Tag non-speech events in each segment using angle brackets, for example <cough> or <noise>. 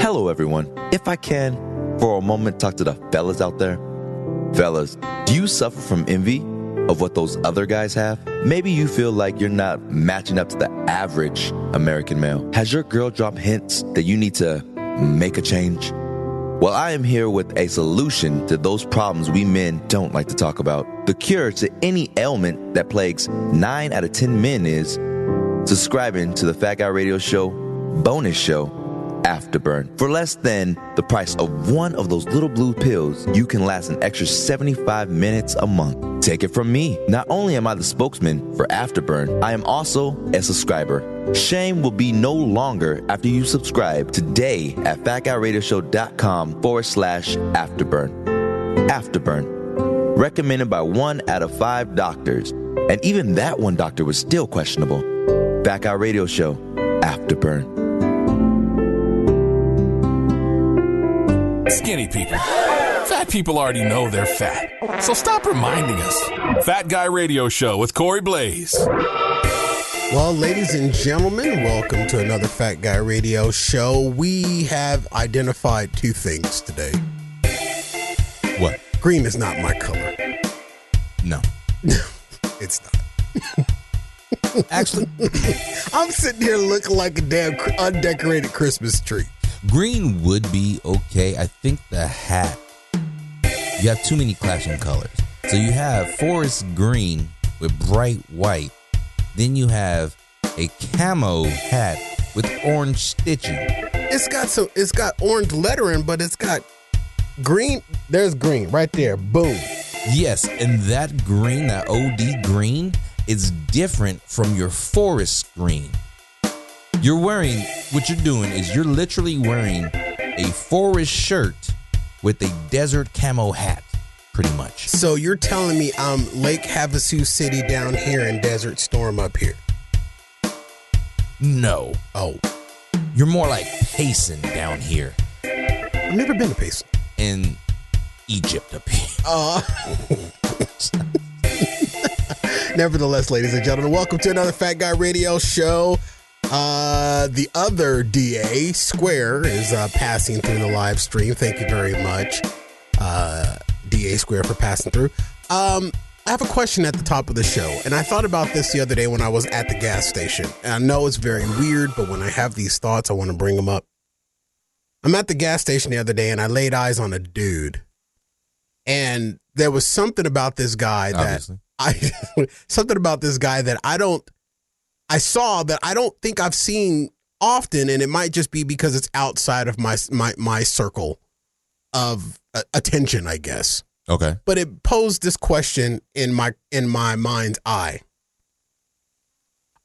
show, everyone, if I can, for a moment talk to the fellas out there. Fellas, do you suffer from envy of what those other guys have? Maybe you feel like you're not matching up to the average American male. Has your girl dropped hints that you need to make a change? Well, I am here with a solution to those problems we men don't like to talk about. The cure to any ailment that plagues 9 out of 10 men is subscribing to the Fat Guy Radio Show bonus show, Afterburn. For less than the price of one of those little blue pills, you can last an extra 75 minutes a month. Take it from me. Not only am I the spokesman for Afterburn, I am also a subscriber. Shame will be no longer after you subscribe today at fatguyradioshow.com forward slash afterburn. Afterburn. Recommended by one out of five doctors. And even that one doctor was still questionable. Fat Guy Radio Show, Afterburn. Skinny people. Fat people already know they're fat. So stop reminding us. Fat Guy Radio Show with Corey Blaze. Well, ladies and gentlemen, welcome to another Fat Guy Radio show. We have identified two things today. What? Green is not my color. No. It's not. Actually, I'm sitting here looking like a damn cr- undecorated Christmas tree. Green would be okay. I think the hat. You have too many clashing colors. So you have forest green with bright white. Then you have a camo hat with orange stitching. It's got some. It's got orange lettering, but it's got green. There's green right there. Boom. Yes, and that green, that OD green, is different from your forest green. You're wearing, what you're doing is you're literally wearing a forest shirt with a desert camo hat, pretty much. So you're telling me I'm Lake Havasu City down here and Desert Storm up here? No, Oh, you're more like pacing down here I've never been to Payson. in Egypt up here. Uh, nevertheless, ladies and gentlemen, welcome to another Fat Guy Radio show. Uh, the other DA Square is uh, passing through the live stream. Thank you very much, uh, DA Square, for passing through. Um, I have a question at the top of the show, and I thought about this the other day when I was at the gas station. And I know it's very weird, but when I have these thoughts, I want to bring them up. I'm at the gas station the other day, and I laid eyes on a dude, and there was something about this guy that Obviously. I <laughs> something about this guy that I don't I saw that I don't think I've seen often, and it might just be because it's outside of my my my circle of uh, attention, I guess. Okay. But it posed this question in my in my mind's eye: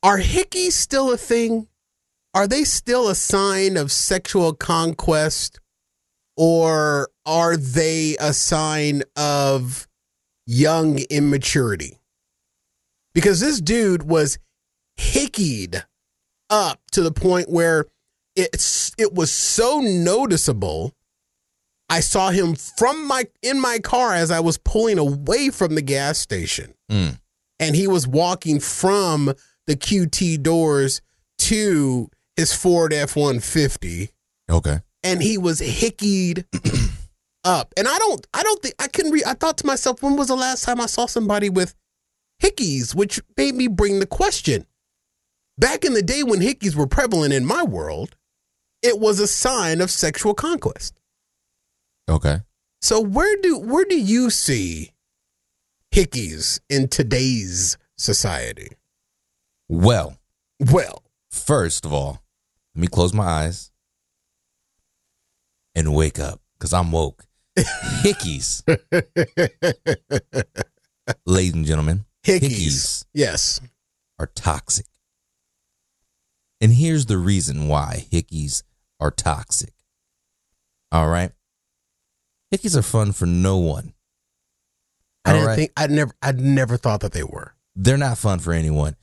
Are hickeys still a thing? Are they still a sign of sexual conquest, or are they a sign of young immaturity? Because this dude was hickeyed up to the point where it's it was so noticeable. I saw him from my in my car as I was pulling away from the gas station, Mm. and he was walking from the QT doors to his Ford F one fifty, Okay. and he was hickeyed up. And I don't, I don't think I couldn't. Re- I thought to myself, when was the last time I saw somebody with hickeys? Which made me bring the question. Back in the day when hickeys were prevalent in my world, it was a sign of sexual conquest. Okay. So where do where do you see hickeys in today's society? Well, <laughs> Well, first of all, let me close my eyes and wake up because I'm woke. Hickeys, ladies and gentlemen, hickeys. Hickeys. Yes. are toxic. And here's the reason why hickeys are toxic. All right. Hickeys are fun for no one. I didn't All right. think I never I never thought that they were. They're not fun for anyone.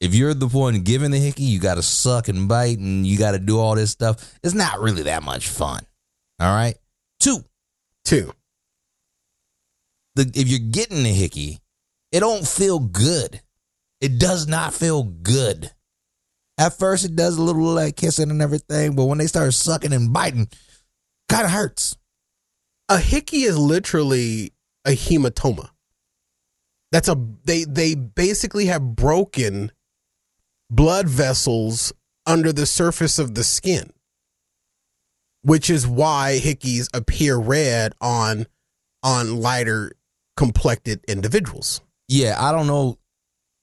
If you're the one giving the hickey, you got to suck and bite and you got to do all this stuff. It's not really that much fun. All right. Two, Two. the, if you're getting the hickey, it don't feel good. It does not feel good. At first, it does a little like kissing and everything, but when they start sucking and biting, Kind of hurts. A hickey is literally a hematoma. That's a they they basically have broken blood vessels under the surface of the skin, which is why hickeys appear red on on lighter complected individuals. Yeah, I don't know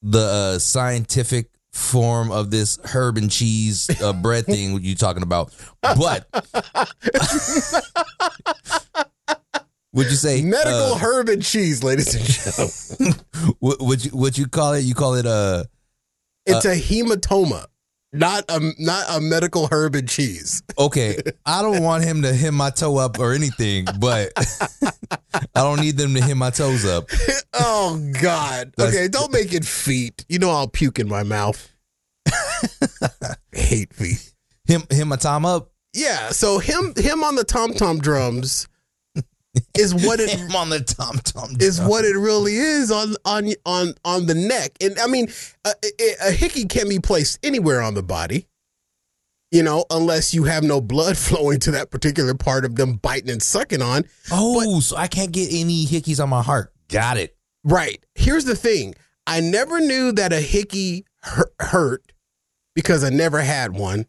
the uh, scientific form of this herb and cheese uh, <laughs> bread thing you talking about, but <laughs> would you say Medical uh, herb and cheese, ladies and gentlemen. would, would you would you call it? You call it uh, It's a hematoma, not a not a medical herb and cheese. okay. I don't want him to hem my toe up or anything, but <laughs> I don't need them to hem my toes up. oh God. That's- okay, don't make it feet. You know I'll puke in my mouth. I hate feet. Hem hem my time up. Yeah. So him him on the tom tom <laughs> drums is what it Hem on the tom tom. is what it really is on on on on the neck. And I mean, a, a, a hickey can be placed anywhere on the body, you know, unless you have no blood <laughs> flowing to that particular part of them biting and sucking on. Oh, so I can't get any hickeys on my heart. Got it. Right. Here's the thing. I never knew that a hickey hur- hurt because I never had one.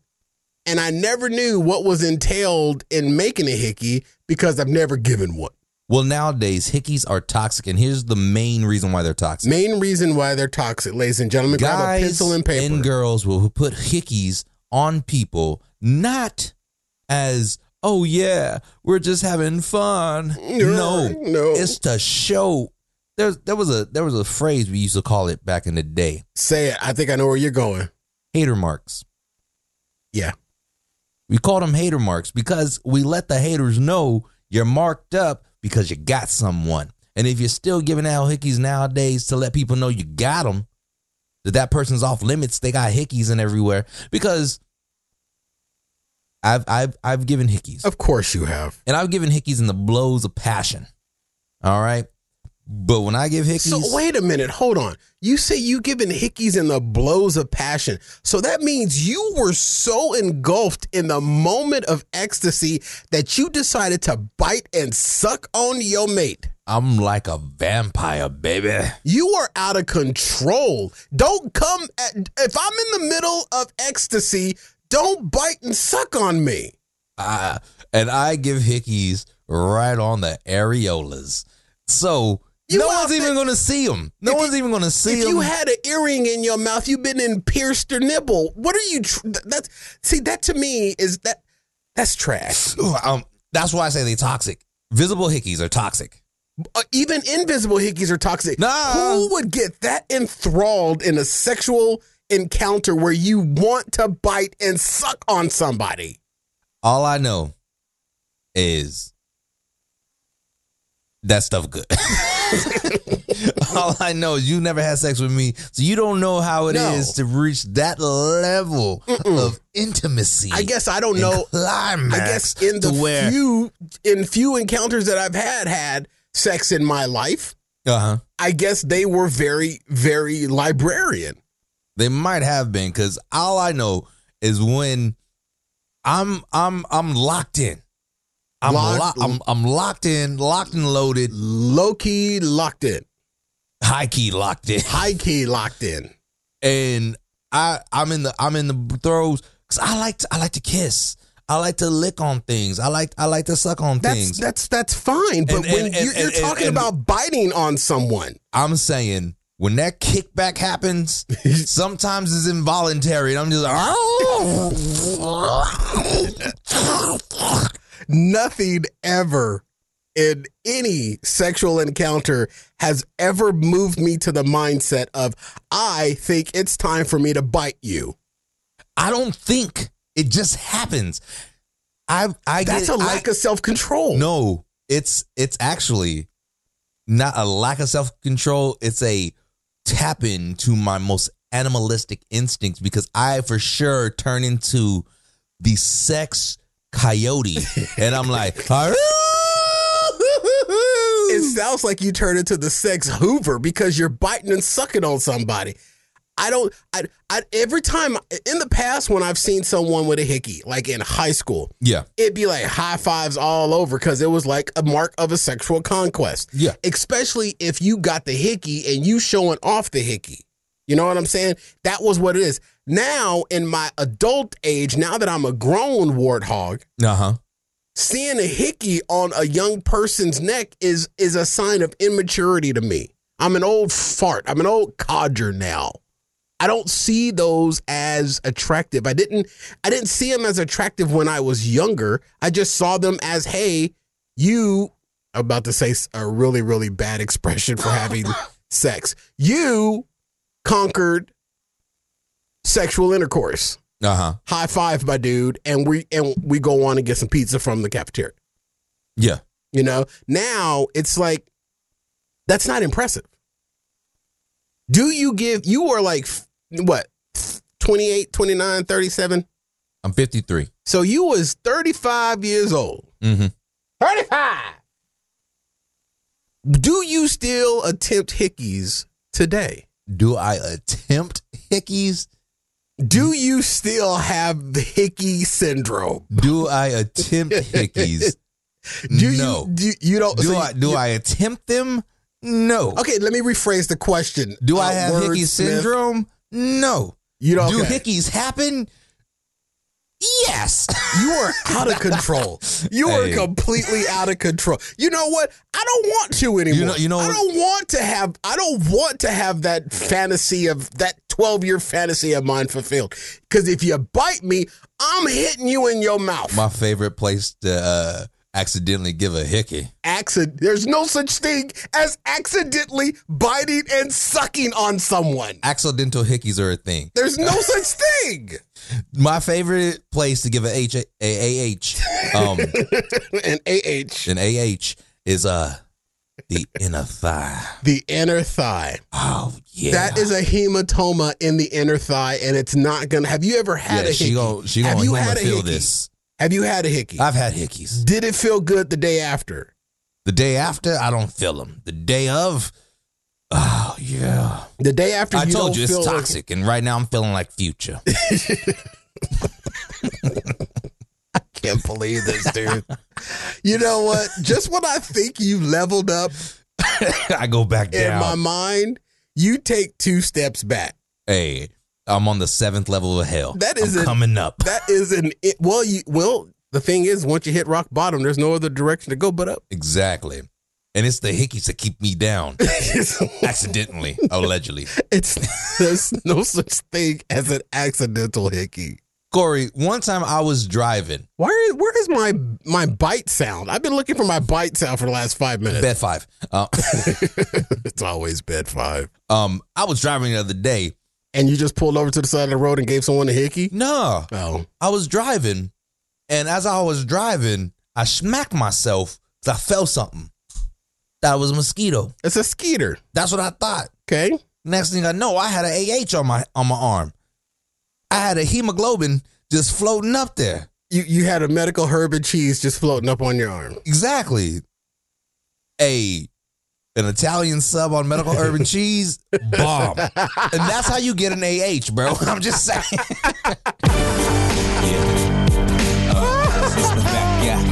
And I never knew what was entailed in making a hickey because I've never given one. Well, nowadays hickeys are toxic, and here's the main reason why they're toxic. Main reason why they're toxic, ladies and gentlemen, grab a Guys pencil and paper. girls will put hickeys on people, not as oh yeah, we're just having fun. No, no. it's to show. There's there was a there was a phrase we used to call it back in the day. Say it. I think I know where you're going. Hater marks. Yeah. We called them hater marks because we let the haters know you're marked up because you got someone. And if you're still giving out hickeys nowadays to let people know you got them, that that person's off limits, they got hickeys and everywhere because I've I've I've given hickeys. Of course you have. And I've given hickeys in the blows of passion. All right? But when I give hickeys So wait a minute. Hold on. You say you given hickeys in the blows of passion. So that means you were so engulfed in the moment of ecstasy that you decided to bite and suck on your mate. I'm like a vampire, baby. You are out of control. Don't come at if I'm in the middle of ecstasy, don't bite and suck on me. I, <laughs> and I give hickeys right on the areolas. So You no out one's there- even going to see them. No If one's even going to see if you them. had an earring in your mouth, you've been in pierced or nibble. What are you? Tr- th- that's see that to me is that that's trash. <sighs> um, that's why I say they toxic. Visible hickeys are toxic. Uh, even invisible hickeys are toxic. Nah. Who would get that enthralled in a sexual encounter where you want to bite and suck on somebody? All I know is that stuff good. <laughs> All I know is you never had sex with me, so you don't know how it is No. to reach that level of intimacy. I guess I don't and know. climax I guess in the to where few in few encounters that I've had had sex in my life, uh huh. I guess they were very very librarian. They might have been because all I know is when I'm I'm I'm locked in. I'm Locked- locked. I'm, I'm locked in, locked and loaded, Low key locked in. high key locked in, <laughs> high key locked in. and I I'm in the I'm in the throws because I like to, I like to kiss. I like to lick on things. I like I like to suck on That's things. that's that's fine. But And- when and- you're, and- you're and- talking and- about biting on someone, I'm saying when that kickback happens, sometimes it's involuntary, and I'm just like, "Oh." nothing ever in any sexual encounter has ever moved me to the mindset of I think it's time for me to bite you. I don't think it just happens. I I That's get, a lack I, of self control. no. It's it's actually not a lack of self control. It's a tap into my most animalistic instincts because I for sure turn into the sex <laughs> coyote, and I'm like. "Ah, It sounds like you turn into the sex Hoover because you're biting and sucking on somebody. I don't. I, I every time in the past when I've seen someone with a hickey, like in high school, Yeah. it'd be like high fives all over because it was like a mark of a sexual conquest. Yeah. Especially if you got the hickey and you showing off the hickey. You know what I'm saying? That was what it is. Now in my adult age, now that I'm a grown warthog, Uh huh. seeing a hickey on a young person's neck is is a sign of immaturity to me. I'm an old fart. I'm an old codger now. I don't see those as attractive. I didn't I didn't see them as attractive when I was younger. I just saw them as hey, you I'm about to say s- a really really bad expression for having sex. You conquered sexual intercourse Uh huh. high five my dude and we and we go on and get some pizza from the cafeteria Yeah. you know now it's like that's not impressive do you give you are like f- what 28 29 37 I'm 53. so you was 35 years old Mm-hmm. 35 do you still attempt hickeys today Do I attempt hickeys? do you still have the hickey syndrome Do I attempt hickeys? <laughs> do no. you do you don't do so I you- do I attempt them? No. Okay, let me rephrase the question. Do Uh, I have Hickey wordsmith, syndrome? No. You don't. Do okay. hickeys happen? Yes. <laughs> You are out of control. You are Hey. completely out of control. You know what? I don't want to anymore. know- you know I what- don't want to have. I don't want to have that fantasy of that twelve-year fantasy of mine fulfilled. Because if you bite me, I'm hitting you in your mouth. My favorite place to uh, accidentally give a hickey. Accident. There's no such thing as accidentally biting and sucking on someone. Accidental hickeys are a thing. There's <laughs> no such thing. My favorite place to give a H a A H <laughs> um An AH, an A H is uh the inner thigh. the inner thigh. Oh yeah. That is a hematoma in the inner thigh, and it's not gonna. Have you ever had yeah, a hickey? she gon' she Have gonna you human had a feel hickey? this. Have you had a hickey? I've had hickeys. Did it feel good the day after? The day after, I don't feel them. The day of, oh yeah. The day after I you told don't you it's feel like- toxic, and right now I'm feeling like future. <laughs> can't believe this, dude. you know what? Just when I think you leveled up I go back in my down. mind, you take two steps back. hey, I'm on the seventh level of hell. That I'm is a- coming up. That is an it, well. You well. The thing is, once you hit rock bottom, there's no other direction to go but up. <laughs> exactly, and it's the hickeys that keep me down accidentally, allegedly. it's there's no such thing as an accidental hickey. Corey, one time I was driving, Where where is my my bite sound? I've been looking for my bite sound for the last five minutes. bed five. Uh, <laughs> <laughs> it's always bed five. um, I was driving the other day. And you just pulled over to the side of the road and gave someone a hickey? No, Oh, I was driving, and as I was driving, I smacked myself because I felt something. That was a mosquito. it's a skeeter. That's what I thought. Okay, Next thing I know, I had an AH on my on my arm. I had a hemoglobin just floating up there. you you had a medical herb and cheese just floating up on your arm. Exactly. A an Italian sub on medical urban cheese bomb. And that's how you get an AH, bro. <laughs> I'm just saying. It's the Fat Guy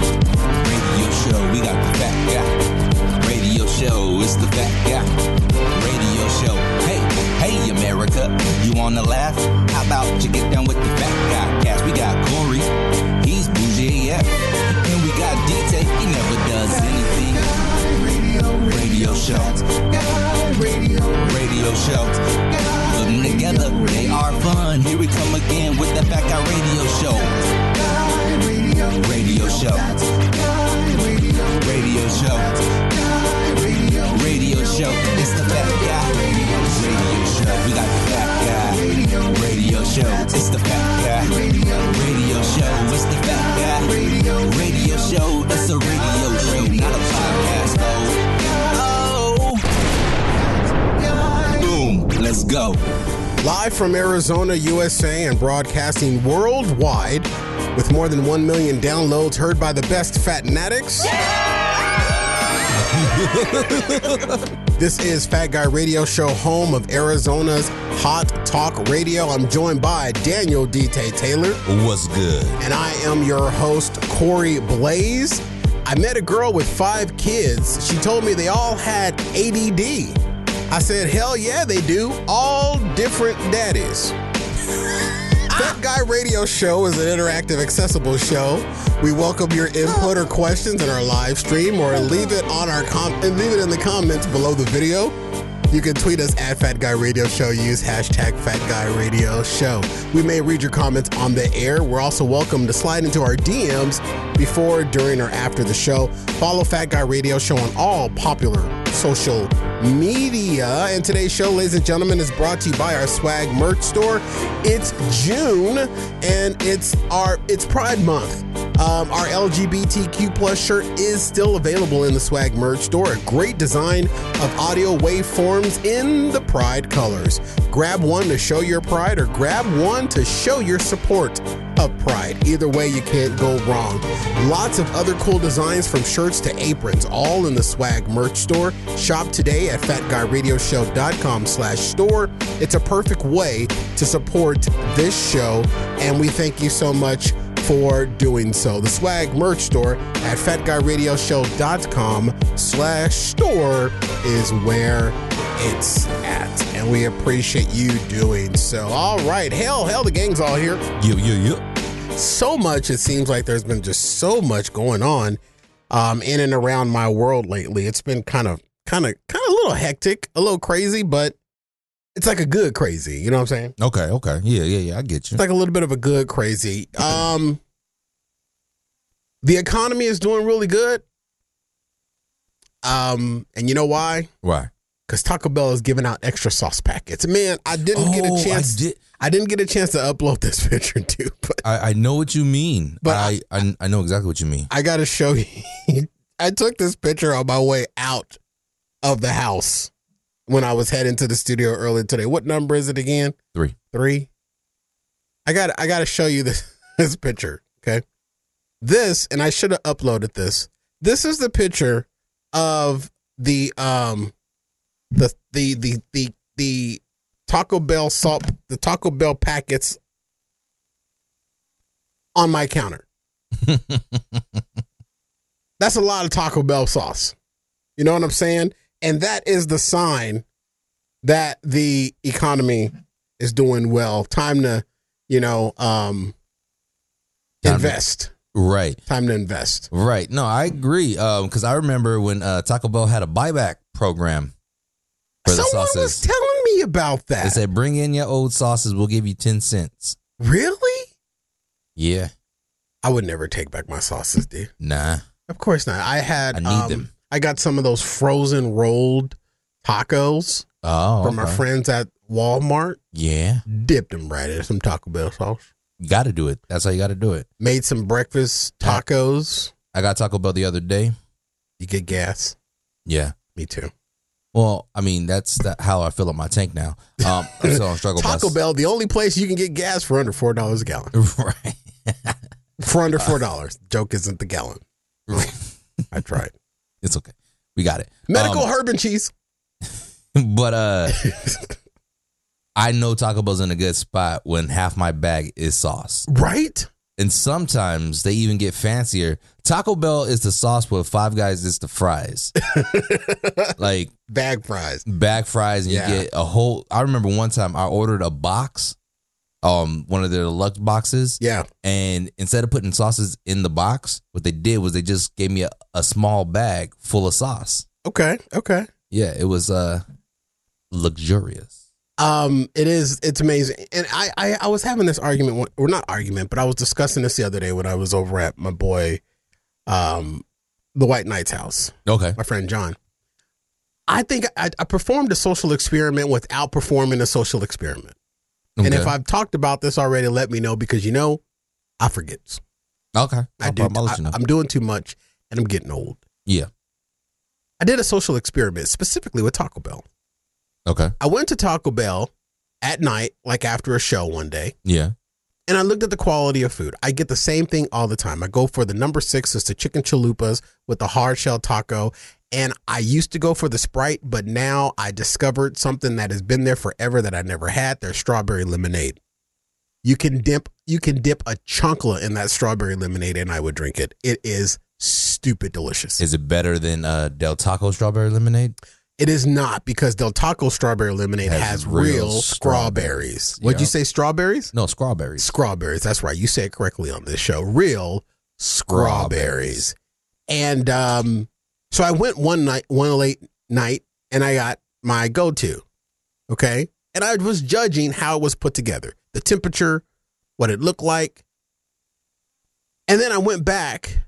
Radio Show. We got the Fat Guy Radio Show. It's the Fat Guy Radio Show. Hey, hey, America, you wanna laugh? How about you get down with the Fat Guy cast? We got Corey, he's bougie, yeah, and we got DT. He never does anything. Radio Show. Radio Show. Put 'em together, they are fun. Here we come again with the Fat Guy Radio Show. Radio Show. Radio Show. Radio Show. It's the Fat Guy. Radio Show. We got the Fat Guy. Radio Show. It's the Fat Guy. Radio Show. It's the Fat Guy. Radio Show. It's a radio show, not a podcast. Oh. Oh. Boom. Let's go. Live from Arizona, USA, and broadcasting worldwide with more than 1 million downloads heard by the best <laughs> fatnatics. this is Fat Guy Radio Show, home of Arizona's hot Talk Radio. I'm joined by Daniel DT Taylor, What's good? and I am your host, Corey Blaze. I met a girl with five kids. She told me they all had ADD. I said, hell yeah, they do. All different daddies. That Guy Radio Show is an interactive, accessible show. We welcome your input or questions in our live stream, or leave it on our com- and leave it in the comments below the video. You can tweet us at Fat Guy Radio Show. Use hashtag Fat Guy Radio Show. We may read your comments on the air. We're also welcome to slide into our DMs before, during, or after the show. Follow Fat Guy Radio Show on all popular social media. And today's show, ladies and gentlemen, is brought to you by our swag merch store. It's June and it's our it's Pride Month. Um, our LGBTQ plus shirt is still available in the swag merch store. A great design of audio waveforms in the pride colors. Grab one to show your pride or grab one to show your support of pride. Either way, you can't go wrong. Lots of other cool designs from shirts to aprons, all in the swag merch store. Shop today at fatguyradioshow.com slash store. It's a perfect way to support this show, and we thank you so much for doing so. The swag merch store at fatguyradioshow.com slash store is where it's at. And we appreciate you doing so. All right. Hell, hell, the gang's all here Yo, yo, yo. so much. It seems like there's been just so much going on um, in and around my world lately. It's been kind of, kind of, kind of a little hectic, a little crazy, but it's like a good crazy. You know what I'm saying? Okay, okay. Yeah, yeah, yeah. I get you. It's like a little bit of a good crazy. Um, the economy is doing really good. Um, and you know why? Why? Because Taco Bell is giving out extra sauce packets. Man, I didn't get Oh, a chance. I did. I didn't get a chance to upload this <laughs> picture too, but I, I know what you mean, But but I, I I know exactly what you mean. I gotta show you. <laughs> I took this picture on my way out of the house when I was heading to the studio earlier today. What number is it again? Three. Three. I got. I gotta show you this <laughs> this picture. Okay. This and I should have uploaded this. This is the picture of the um the the the the the Taco Bell salt the Taco Bell packets on my counter. <laughs> That's a lot of Taco Bell sauce. You know what I'm saying? And that is the sign that the economy is doing well. Time to, you know, um Time to- invest. Right. Time to invest. Right. No, I agree. Because I remember when uh, Taco Bell had a buyback program for the Someone was sauces. telling me about that. They said, "Bring in your old sauces. We'll give you ten cents." really? Yeah. I would never take back my sauces, dude. Nah. Of course not. I had I need um, them. I got some of those frozen rolled tacos Oh. from my okay. friends at Walmart. Yeah. Dipped them right in some Taco Bell sauce. Got to do it. That's how you got to do it. made some breakfast Ta- tacos. I got Taco Bell the other day. You get gas. Yeah. Me too. Well, I mean, that's the, how I fill up my tank now. Um, I'm still on struggle Taco bus. Bell, the only place you can get gas for under four dollars a gallon. <laughs> right. For under <laughs> four dollars. Joke isn't the gallon. <laughs> I tried. It's okay. We got it. Medical Um, herb and cheese. <laughs> but uh, I know Taco Bell's in a good spot when half my bag is sauce. Right? And sometimes they even get fancier. Taco Bell is the sauce, but Five Guys is <laughs> the fries. like Bag fries. bag fries, and Yeah. you get a whole. I remember one time I ordered a box, um, one of their deluxe boxes, Yeah. and instead of putting sauces in the box, what they did was they just gave me a, a small bag full of sauce. Okay. Okay. Yeah, it was uh luxurious. Um, it is it's amazing. And I I, I was having this argument one- or not argument, but I was discussing this the other day when I was over at my boy um the White Knight's house. Okay. my friend John. I think I, I performed a social experiment without performing a social experiment. And if I've talked about this already, let me know because you know, I forget. okay, I No do. problem. I'll I, let you know. I'm doing too much and I'm getting old. yeah. I did a social experiment specifically with Taco Bell. Okay. I went to Taco Bell at night, like after a show one day, Yeah. and I looked at the quality of food. I get the same thing all the time. I go for the number six is the chicken chalupas with the hard shell taco, And I used to go for the Sprite, but now I discovered something that has been there forever that I never had. Their strawberry lemonade. You can dip you can dip a chunkla in that strawberry lemonade and I would drink it. It is stupid delicious. Is it better than uh, Del Taco strawberry lemonade? It is not because Del Taco strawberry lemonade has, Has real, real strawberries. strawberries. Would you Yeah. say strawberries? No, strawberries. Strawberries. That's right. You say it correctly on this show. Real strawberries. And um, so I went one night, one late night, and I got my go to. Okay. And I was judging how it was put together the temperature, what it looked like. And then I went back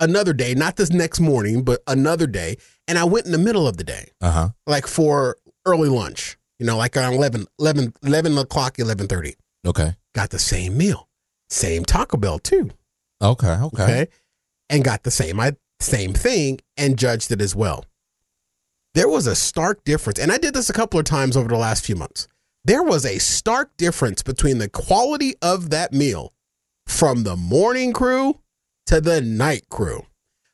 another day, not this next morning, but another day. And I went in the middle of the day Uh huh. like for early lunch, you know, like around 11, 11, 11 o'clock, 11.30. Okay. Got the same meal, same Taco Bell too, Okay. Okay. okay? And got the same, I, same thing and judged it as well. There was a stark difference, and I did this a couple of times over the last few months. There was a stark difference between the quality of that meal from the morning crew to the night crew.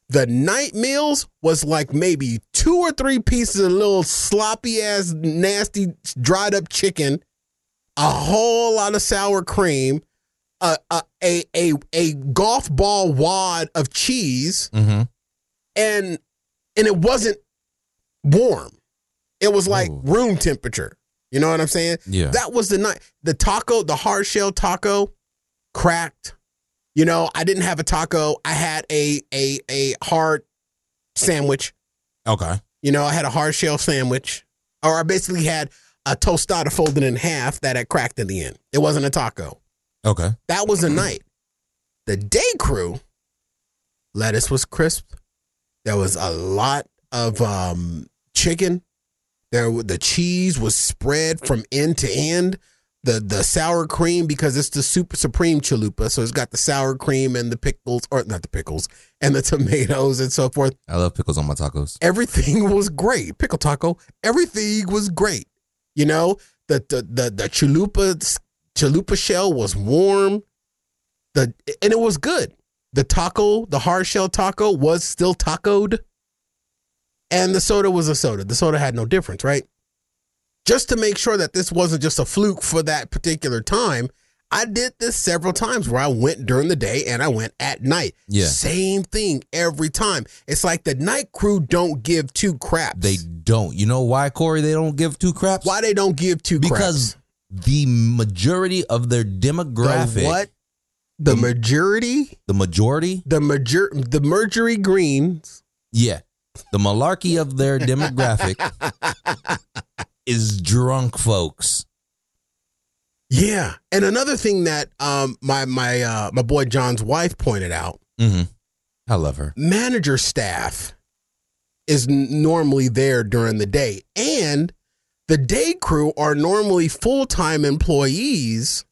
The night meals was like maybe two or three pieces of little sloppy ass, nasty, dried up chicken, a whole lot of sour cream, a a a a, a golf ball wad of cheese, Mm-hmm. and and it wasn't warm. It was like Ooh. room temperature. You know what I'm saying? Yeah. That was the night. The taco, the hard shell taco, cracked. You know, I didn't have a taco. I had a a a hard sandwich. Okay. You know, I had a hard shell sandwich, or I basically had a tostada folded in half that had cracked in the end. It wasn't a taco. Okay. That was the night. The day crew, lettuce was crisp. There was a lot of um, chicken. There, wa- the cheese was spread from end to end. The the sour cream because it's the super supreme chalupa, so it's got the sour cream and the pickles, or not the pickles, and the <laughs> tomatoes and so forth. I love pickles on my tacos. Everything was great. Pickle taco. Everything was great. You know, the the the, the chalupa chalupa shell was warm. The and it was good. The taco, the hard shell taco was still tacoed. And the soda was a soda. The soda had no difference, right? Just to make sure that this wasn't just a fluke for that particular time, I did this several times where I went during the day and I went at night. Yeah. Same thing every time. It's like the night crew don't give two craps. They don't. You know why, Corey? They don't give two craps. why they don't give two Because craps? the majority of their demographic, the what? The majority, the majority, the major, the mercury greens. yeah, the malarkey of <laughs> their demographic is drunk folks. Yeah, and another thing that um my my uh my boy John's wife pointed out Mm-hmm. I love her. manager staff is n- normally there during the day and the day crew are normally full-time employees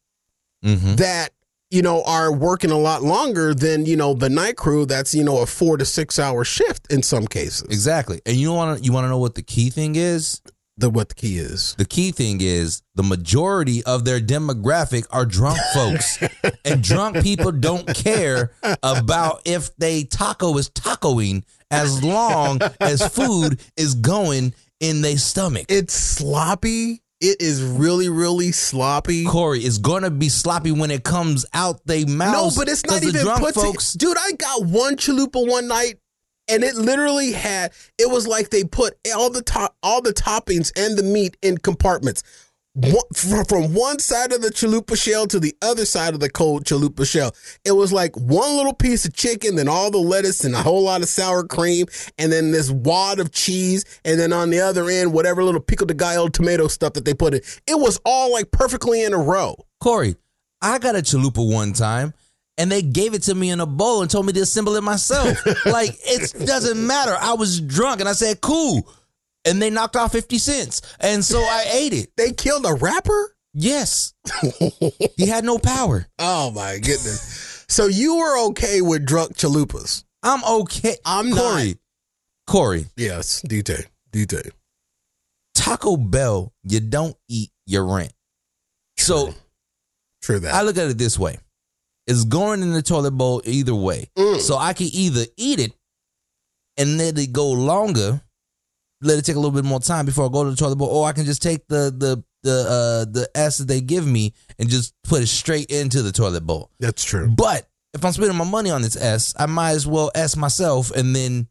Mm-hmm. that you know are working a lot longer than you know the night crew that's you know a 4 to 6 hour shift in some cases Exactly. And you want to you want to know what the key thing is? the what the key is The key thing is the majority of their demographic <laughs> are drunk folks, and drunk people don't care about if they taco is tacoing as long as food is going in their stomach. it's sloppy it is really really sloppy Corey is gonna be sloppy when it comes out they No, mouth. but it's not the even drunk put to- folks. dude, I got one chalupa one night and it literally had it was like they put all the top all the toppings and the meat in compartments. One, fr- from one side of the chalupa shell to the other side of the cold chalupa shell. It was like one little piece of chicken, then all the lettuce and a whole lot of sour cream, and then this wad of cheese, and then on the other end, whatever little pico de gallo tomato stuff that they put in. It was all like perfectly in a row. Corey, I got a chalupa one time. And they gave it to me in a bowl and told me to assemble it myself. like it doesn't matter. I was drunk and I said, "Cool," and they knocked off fifty cents, and so I ate it. They killed a rapper? Yes, he had no power. Oh my goodness. so you were okay with drunk chalupas. I'm okay. I'm not. Corey. Corey, Yes, DJ. DJ. Taco Bell, you don't eat your rent. So True that. I look at it this way. Hmm. Mm. It's going in the toilet bowl either way. So I can either eat it and let it go longer, let it take a little bit more time before I go to the toilet bowl, or I can just take the the the uh the ass that they give me and just put it straight into the toilet bowl. That's true. But if I'm spending my money on this S, I might as well S myself and then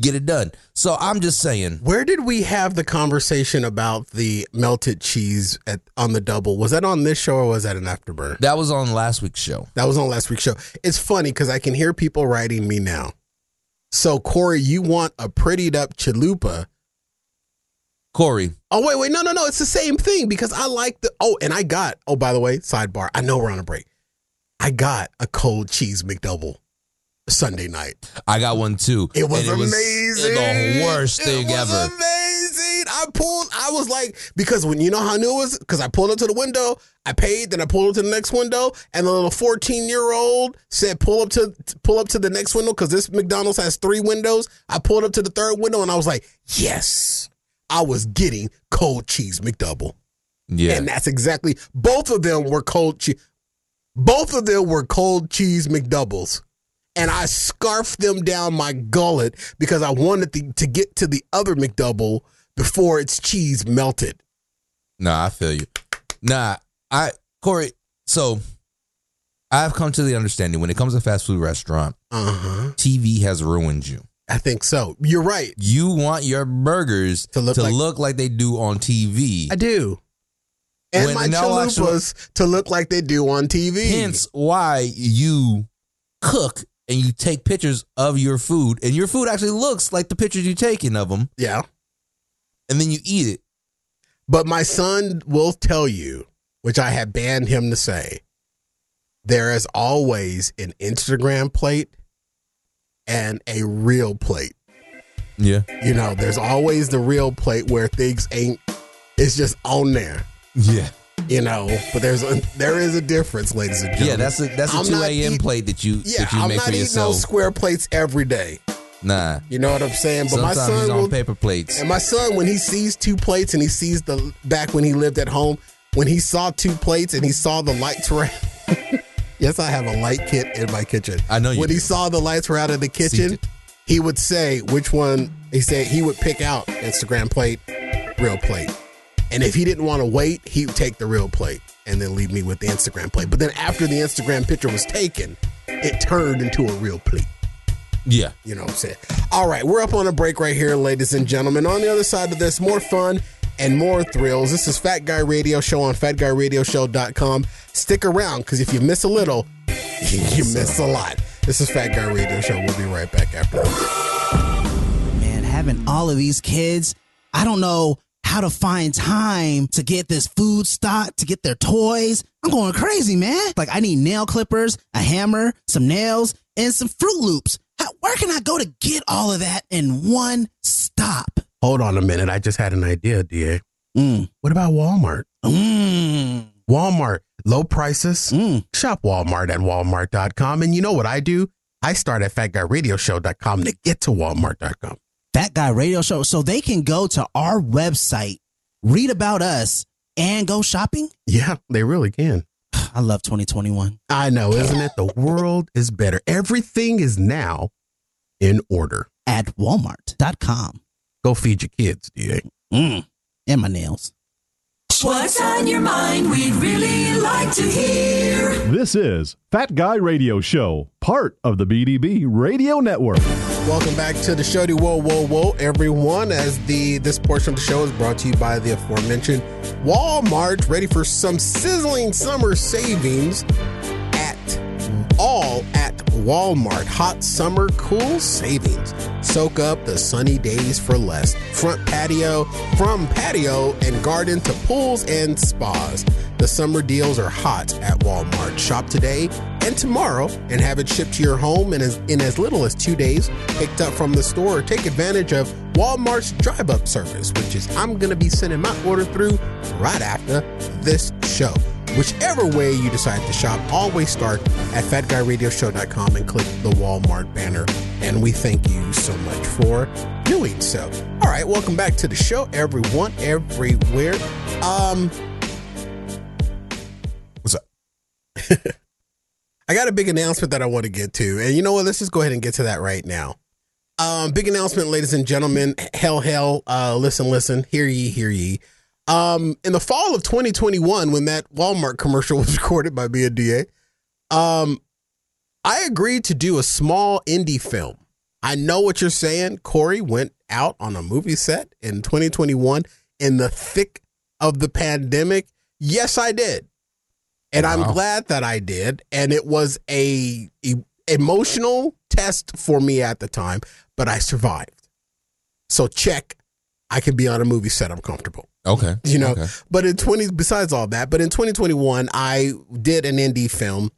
get it done. So I'm just saying, Where did we have the conversation about the melted cheese at on the double? Was that on this show or was that an afterburner? that was on last week's show. That was on last week's show. It's funny because I can hear people writing me now. So Corey, you want a prettied up chalupa? Corey, Oh wait, wait, no, no, no. It's the same thing because I like the. Oh, and I got. Oh, by the way, sidebar. I know we're on a break. I got a cold cheese McDouble Sunday night. I got one too. It was And amazing. the worst It thing was ever. Amazing. I pulled. I was like, because when you know how new it was, because I pulled up to the window, I paid, then I pulled up to the next window, and the little fourteen year old said, "Pull up to pull up to the next window," because this McDonald's has three windows. I pulled up to the third window, and I was like, "Yes, I was getting cold cheese McDouble." Yeah. And that's exactly both of them were cold cheese. Both of them were cold cheese McDoubles. And I scarfed them down my gullet because I wanted the, to get to the other McDouble before its cheese melted. Nah, I feel you. Nah, I Corey. So I've come to the understanding when it comes to fast food restaurant, Uh Uh-huh. huh. TV has ruined you. I think so. You're right. You want your burgers to look, like, they do on TV. I do. And When- my no, actually- chalupas to look like they do on TV. Hence why you cook and you take pictures of your food, and your food actually looks like the pictures you're taking of them, Yeah. and then you eat it. But my son will tell you, which I have banned him to say, there is always an Instagram plate and a real plate. Yeah, You know, there's always the real plate where things ain't it's just on there, yeah, you know. But there's a there is a difference, ladies and gentlemen. yeah. That's a that's a I'm two not a.m. eat- plate that you yeah, that you I'm make not for eating no yourself. square plates every day. nah, You know what I'm saying? But sometimes my son it's on will paper plates. And my son, when he sees two plates and he sees the back when he lived at home, when he saw two plates and he saw the lights were <laughs> Yes, I have a light kit in my kitchen. I know you When he do. saw the lights were out of the kitchen, it. he would say which one he said he would pick out Instagram plate, real plate. And if he didn't want to wait, he would take the real plate and then leave me with the Instagram plate. But then after the Instagram picture was taken, it turned into a real plate. Yeah, You know what I'm saying? All right, we're up on a break right here, ladies and gentlemen. On the other side of this, more fun and more thrills. This is Fat Guy Radio Show on fatguyradioshow.com. Stick around because if you miss a little, <laughs> you miss a lot. This is Fat Guy Radio Show. We'll be right back after this. man, having all of these kids, I don't know how to find time to get this food stock, to get their toys. I'm going crazy, man. Like, I need nail clippers, a hammer, some nails, and some Fruit Loops. How, where can I go to get all of that in one stop? Hold on a minute. I just had an idea, DA. Mm. What about Walmart? Mm. Walmart, low prices. Mm. Shop Walmart at walmart.com. And you know what I do? I start at fatguyradioshow.com to get to walmart.com. That Guy Radio Show. So they can go to our website, read about us, and go shopping? Yeah, they really can. I love 2021. I know, isn't it? The world is better. Everything is now in order. At walmart.com. Go feed your kids, DA. Mm. And my nails. What's on your mind? We'd really like to hear. This is Fat Guy Radio Show, part of the BDB Radio Network. Welcome back to the show. The whoa, whoa, whoa, everyone! As the this portion of the show is brought to you by the aforementioned Walmart. Ready for some sizzling summer savings at all at Walmart. Hot summer cool savings. Soak up the sunny days for less. Front patio, from patio and garden to pools and spas. The summer deals are hot at Walmart. Shop today and tomorrow and have it shipped to your home in as, in as little as two days, picked up from the store, or take advantage of Walmart's drive up service, which is I'm going to be sending my order through right after this show. Whichever way you decide to shop, always start at fatguyradioshow.com and click the Walmart banner. And we thank you so much for doing so. All right, welcome back to the show, everyone, everywhere. Um, what's up? <laughs> I got a big announcement that I want to get to. And you know what? Let's just go ahead and get to that right now. Um, big announcement, ladies and gentlemen. Hell, hell. Uh, listen, listen. Hear ye, hear ye. Um, in the fall of 2021, when that Walmart commercial <laughs> was recorded by me and DA, um, I agreed to do a small indie film. I know what you're saying. Corey went out on a movie set in 2021 in the thick of the pandemic. Yes, I did. And I'm glad that I did. And it was a, e- emotional test for me at the time, but I survived. So check, I can be on a movie set. I'm comfortable Okay. you know. Okay. But in twenty, besides all that, but in twenty twenty one, I did an indie film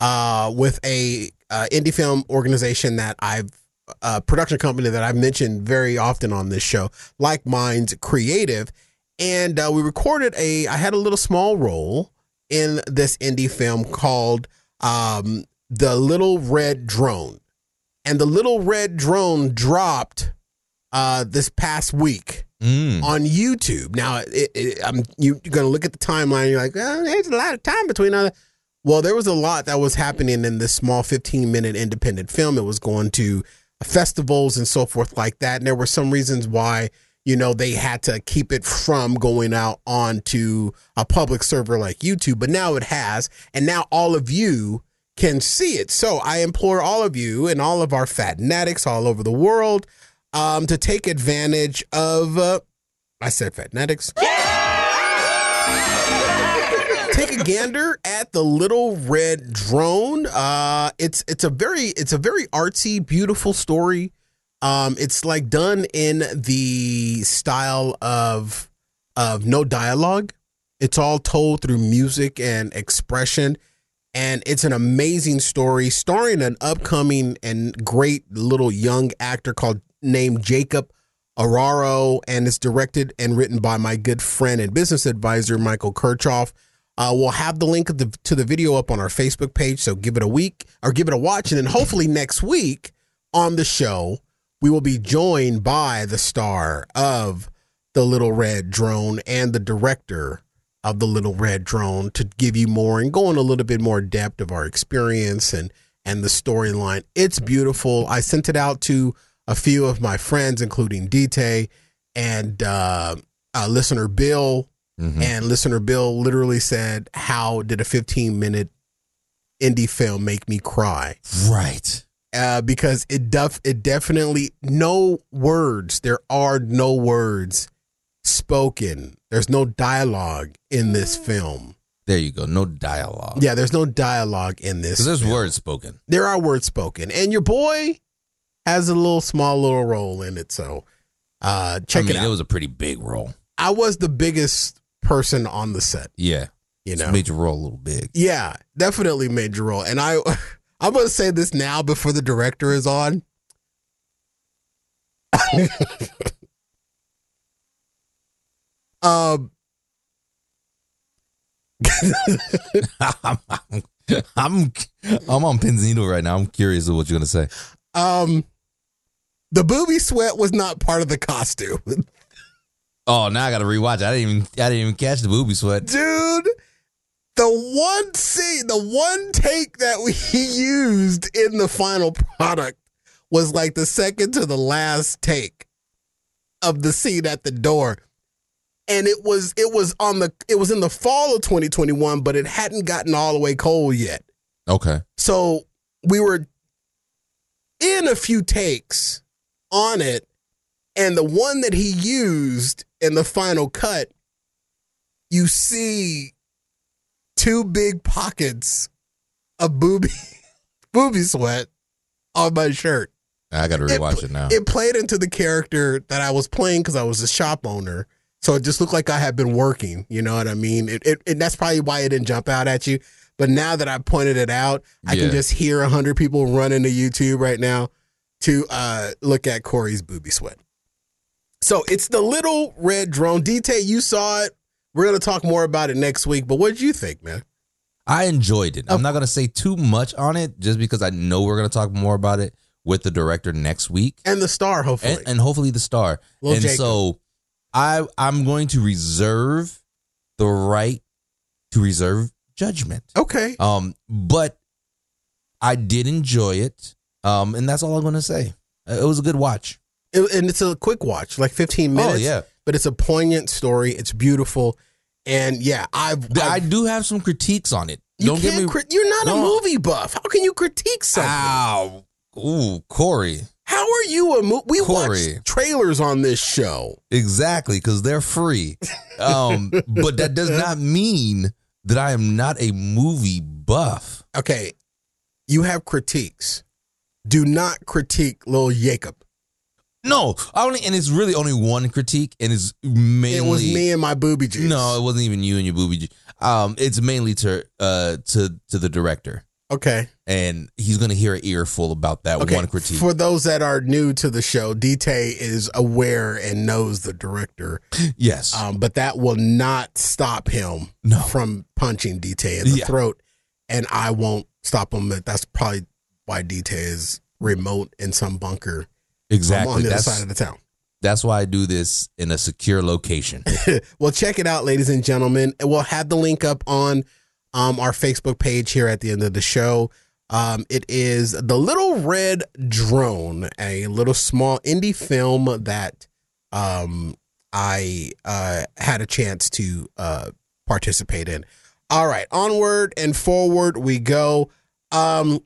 uh, with a uh, indie film organization that I've a production company that I've mentioned very often on this show, Like Minds Creative, and uh, we recorded a. I had a little small role in this indie film called um, The Little Red Drone, and the Little Red Drone dropped uh, this past week Mm. on YouTube. Now, it, it, I'm you, are going to look at the timeline. And you're like, oh, there's a lot of time between other. Well, there was a lot that was happening in this small 15 minute independent film. It was going to festivals and so forth like that, and there were some reasons why you know they had to keep it from going out onto a public server like YouTube. But now it has, and now all of you can see it. So I implore all of you and all of our fat fanatics all over the world um, to take advantage of. Uh, I said Fatnetics. Take a gander at the little red drone. Uh, it's it's a very it's a very artsy, beautiful story. Um, it's like done in the style of of no dialogue. It's all told through music and expression, and it's an amazing story starring an upcoming and great little young actor called named Jacob Araro, and it's directed and written by my good friend and business advisor Michael Kirchhoff. Uh, we'll have the link of the, to the video up on our Facebook page, so give it a week or give it a watch, and then hopefully next week on the show we will be joined by the star of the Little Red Drone and the director of the Little Red Drone to give you more and go in a little bit more depth of our experience and and the storyline. It's beautiful. I sent it out to a few of my friends, including DT and uh, uh, listener Bill. Mm-hmm. And listener Bill literally said, "How did a 15 minute indie film make me cry?" Right. uh, because it def- it definitely no words. There are no words spoken. There's no dialogue in Mm. this film. There you go. No dialogue. Yeah, there's no dialogue in this. Because there's film. words spoken. There are words spoken, and your boy has a little small little role in it. So uh, check I mean, it out. was a pretty big role. I was the biggest person on the set. Yeah. You It's know, made your role a little big. <laughs> Yeah, definitely major role. And I <laughs> I'm gonna say this now before the director is on. <laughs> um I'm, I'm I'm on pins and needle right now. I'm curious of what you're gonna say. um the booby sweat was not part of the costume. <laughs> Oh, now I gotta rewatch. I didn't even I didn't even catch the booby sweat. Dude, the one scene, the one take that we <laughs> used in the final product was like the second to the last take of the scene at the door. And it was it was on the it was in the fall of 2021, but it hadn't gotten all the way cold yet. Okay. So we were in a few takes on it, and the one that he used in the final cut, you see two big pockets of booby <laughs> booby sweat on my shirt. I gotta rewatch it, pl- now. It played into the character that I was playing because I was a shop owner. So it just looked like I had been working. You know what I mean? It, it, and that's probably why it didn't jump out at you. But now that I pointed it out, I Yeah. can just hear a hundred people running to YouTube right now to uh, look at Corey's booby sweat. So it's the little red drone. DT, you saw it. We're gonna talk more about it next week. But what did you think, man? I enjoyed it. I'm not gonna say too much on it just because I know we're gonna talk more about it with the director next week. And the star, hopefully. and, and hopefully the star. Lil and Jacob. so I I'm going to reserve the right to reserve judgment. okay. Um, but I did enjoy it. Um, and that's all I'm gonna say. Uh, It was a good watch. It- and it's a quick watch, like 15 Oh, minutes. yeah. But it's a poignant story. It's beautiful. And yeah, I've. Th- I I've- do have some critiques on it. you Don't can't get me. crit- you're not No. a movie buff. How can you critique something? Ow. Ooh, Corey. How are you a movie? We Corey. watch trailers on this show. Exactly, because <laughs> they're free. Um, but that does not mean that I am not a movie buff. Okay, you have critiques. Do not critique Lil Jacob. No, I only and it's really only one critique, and it's mainly It was me and my booby juice. No, it wasn't even you and your booby. ju- Um, it's mainly to uh to to the director, Okay. and he's gonna hear an earful about that Okay. one critique. For those that are new to the show, DT is aware and knows the director, yes, um, but that will not stop him No. from punching DT in the Yeah. throat. And I won't stop him. But That's probably why DT is remote in some bunker exactly. on the other that's side of the town. that's why I do this in a secure <laughs> location. well, check it out, ladies and gentlemen. And We'll have the link up on um, our Facebook page here at the end of the show. Um, it is The Little Red Drone, a little small indie film that um, I uh, had a chance to uh, participate in. All right, onward and forward we go. Um,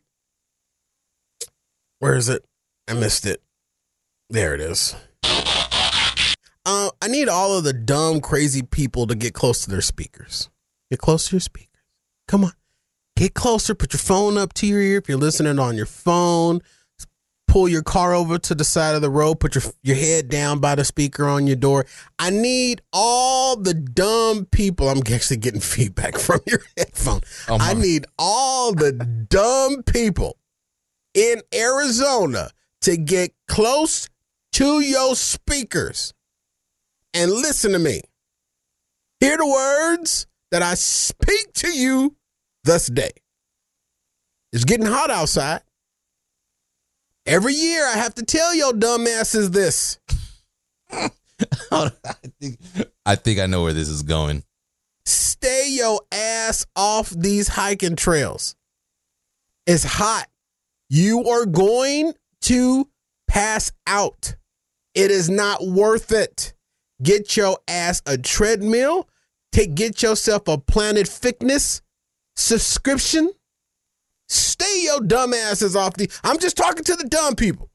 where is it? I missed it. There it is. Uh, I need all of the dumb, crazy people to get close to their speakers. Get close to your speakers. Come on. Get closer. Put your phone up to your ear if you're listening on your phone. Pull your car over to the side of the road. Put your, your head down by the speaker on your door. I need all the dumb people. I'm actually getting <laughs> feedback from your headphone. Oh, my. I need all the dumb people in Arizona to get close to your speakers and listen to me. Hear the words that I speak to you this day. It's getting hot outside. Every year I have to tell your dumb asses this. I think I think I know where this is going. Stay your ass off these hiking trails. It's hot. You are going to pass out. It is not worth it. Get your ass a treadmill. Take get yourself a Planet Fitness subscription. Stay your dumb asses off the. I'm just talking to the dumb people.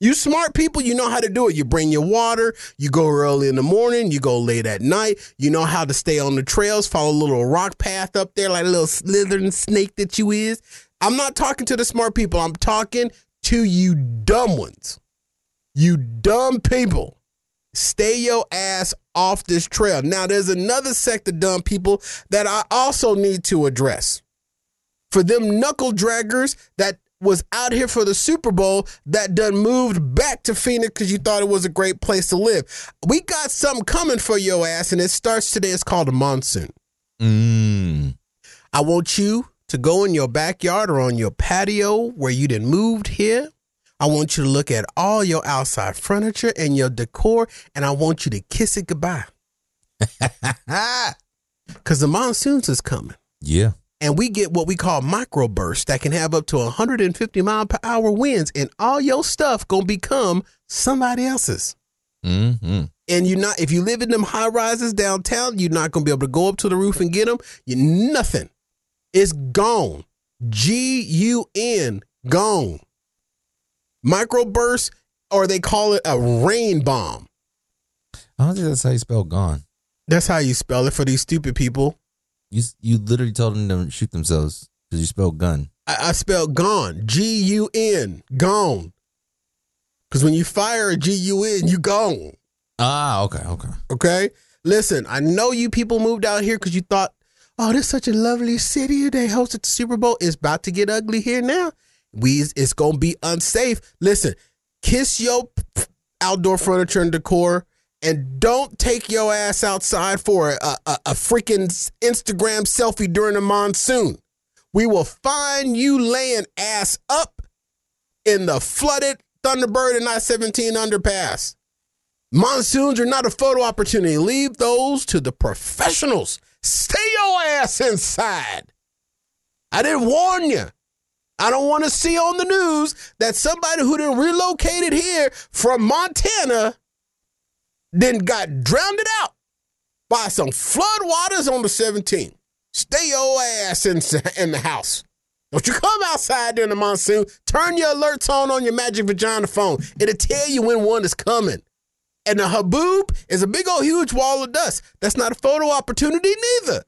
You smart people, you know how to do it. You bring your water, you go early in the morning, you go late at night. You know how to stay on the trails, follow a little rock path up there like a little slithering snake that you is. I'm not talking to the smart people. I'm talking to you dumb ones. You dumb people. Stay your ass off this trail. Now there's another sect of dumb people that I also need to address for them knuckle draggers that was out here for the Super Bowl that done moved back to Phoenix because you thought it was a great place to live. We got something coming for your ass, and it starts today. It's called a monsoon. Mm. I want you to go in your backyard or on your patio where you done moved here. I want you to look at all your outside furniture and your decor, and I want you to kiss it goodbye Ah! because the monsoons is coming. yeah. and we get what we call microbursts that can have up to 150 mile per hour winds, and all your stuff gonna become somebody else's. hmm And you're not if you live in them high rises downtown, you're not gonna be able to go up to the roof and get them. You nothing. It's gone. G U N gone. Microburst, or they call it a rain bomb. I don't think that's how you spell gone. That's how you spell it for these stupid people. You you literally told them to shoot themselves because you spelled gun. I, I spelled gone. G U N. Gone. Because when you fire a G U N, you gone. Ah, okay, okay. Okay? Listen, I know you people moved out here because you thought, oh, this is such a lovely city. They hosted the Super Bowl. It's about to get ugly here now. We it's gonna be unsafe. Listen, kiss your p- p- outdoor furniture and decor, and don't take your ass outside for a, a, a freaking s- Instagram selfie during the monsoon. We will find you laying ass up in the flooded Thunderbird and I-17 underpass. Monsoons are not a photo opportunity. Leave those to the professionals. Stay your ass inside. I didn't warn you. I don't want to see on the news that somebody who done relocated here from Montana then got drowned out by some floodwaters on the 17th. Stay your ass in, in the house. Don't you come outside during the monsoon. Turn your alerts on on your magic vagina phone. It'll tell you when one is coming. And the haboob is a big old huge wall of dust. That's not a photo opportunity neither.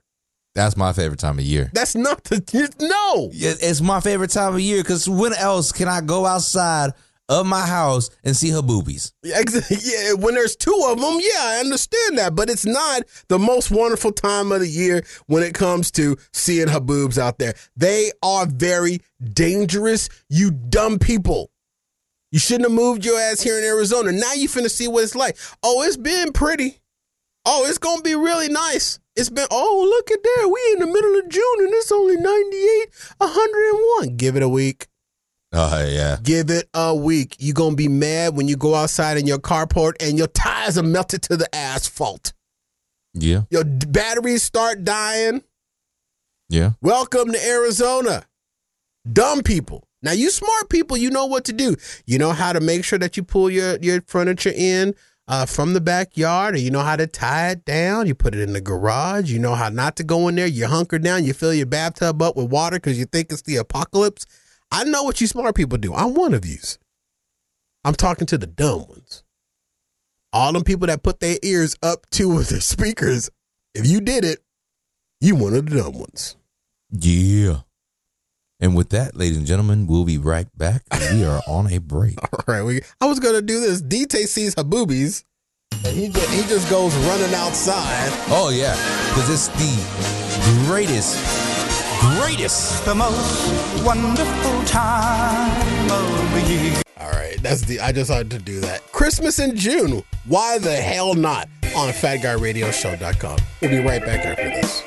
That's my favorite time of year. That's not the <laughs> no. Yeah, It's my favorite time of year because when else can I go outside of my house and see her boobies? Yeah, ex- <laughs> yeah, when there's two of them, yeah, I understand that, but it's not the most wonderful time of the year when it comes to seeing haboobs out there. They are very dangerous, you dumb people. You shouldn't have moved your ass here in Arizona. Now you finna see what it's like. Oh, it's been pretty. Oh, it's gonna be really nice. It's been oh look at there. We in the middle of June and it's only 98, 101. Give it a week. Oh yeah. Give it a week. You're going to be mad when you go outside in your carport and your tires are melted to the asphalt. Yeah. Your d- batteries start dying. Yeah. Welcome to Arizona. Dumb people. Now, you smart people, you know what to do. You know how to make sure that you pull your, your furniture in uh, from the backyard, or you know how to tie it down. You put it in the garage. You know how not to go in there. You hunker down. You fill your bathtub up with water because you think it's the apocalypse. I know what you smart people do. I'm one of yous. I'm talking to the dumb ones. All them people that put their ears up to <laughs> the speakers. If you did it, you one of the dumb ones. Yeah. And with that, ladies and gentlemen, we'll be right back. We are on a break. <laughs> All right, we, I was gonna do this. DT sees her boobies, and he just, he just goes running outside. <laughs> Oh yeah, because it's the greatest, greatest. The most wonderful time of the year. All right, that's the I just had to do that. Christmas in June. Why the hell not? On FatGuyRadioShow.com. We'll be right back after this.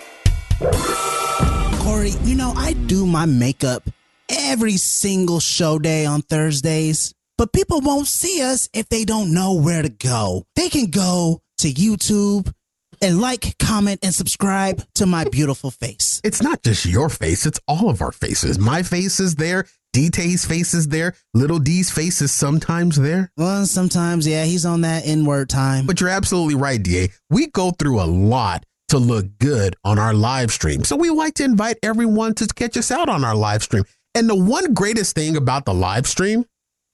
Corey, you know, I do my makeup every single show day on Thursdays, but people won't see us if they don't know where to go. They can go to YouTube and like, comment, and subscribe to my beautiful face. It's not just your face, it's all of our faces. My face is there, DT's face is there, little D's face is sometimes there. Well, sometimes, yeah, he's on that N word time. But you're absolutely right, DA. We go through a lot to look good on our live stream. So we like to invite everyone to catch us out on our live stream. And the one greatest thing about the live stream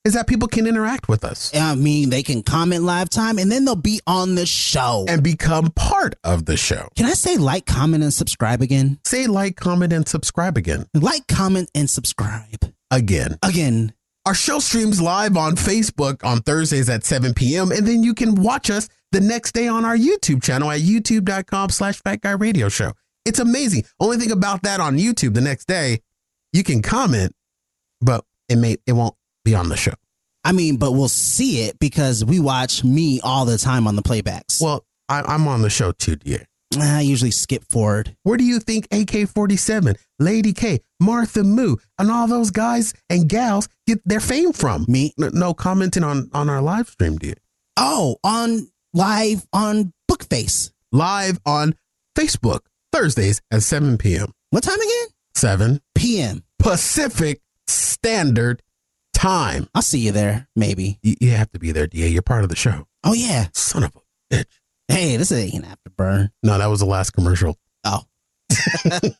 is that people can interact with us I mean, they can comment live time and then they'll be on the show. and become part of the show. Can I say like, comment, and subscribe again? Say like, comment, and subscribe again. Like, comment, and subscribe Again. again. Our show streams live on Facebook on Thursdays at 7 p.m. And then you can watch us the next day on our YouTube channel at youtube.com slash fat guy radio show. It's amazing. Only thing about that on YouTube the next day, you can comment, but it may it won't be on the show. I mean, but we'll see it because we watch me all the time on the playbacks. Well, I, I'm on the show too, dear. I usually skip forward. Where do you think AK 47, Lady K, Martha Moo, and all those guys and gals get their fame from? Me? No, no commenting on, on our live stream, dear. Oh, on live on Bookface. live on Facebook Thursdays at 7 p.m. What time again? 7 PM. Pacific Standard Time. I'll see you there, maybe. You, you have to be there, DA. You're part of the show. Oh yeah. Son of a bitch. Hey, this ain't afterburn. No, that was the last commercial. Oh.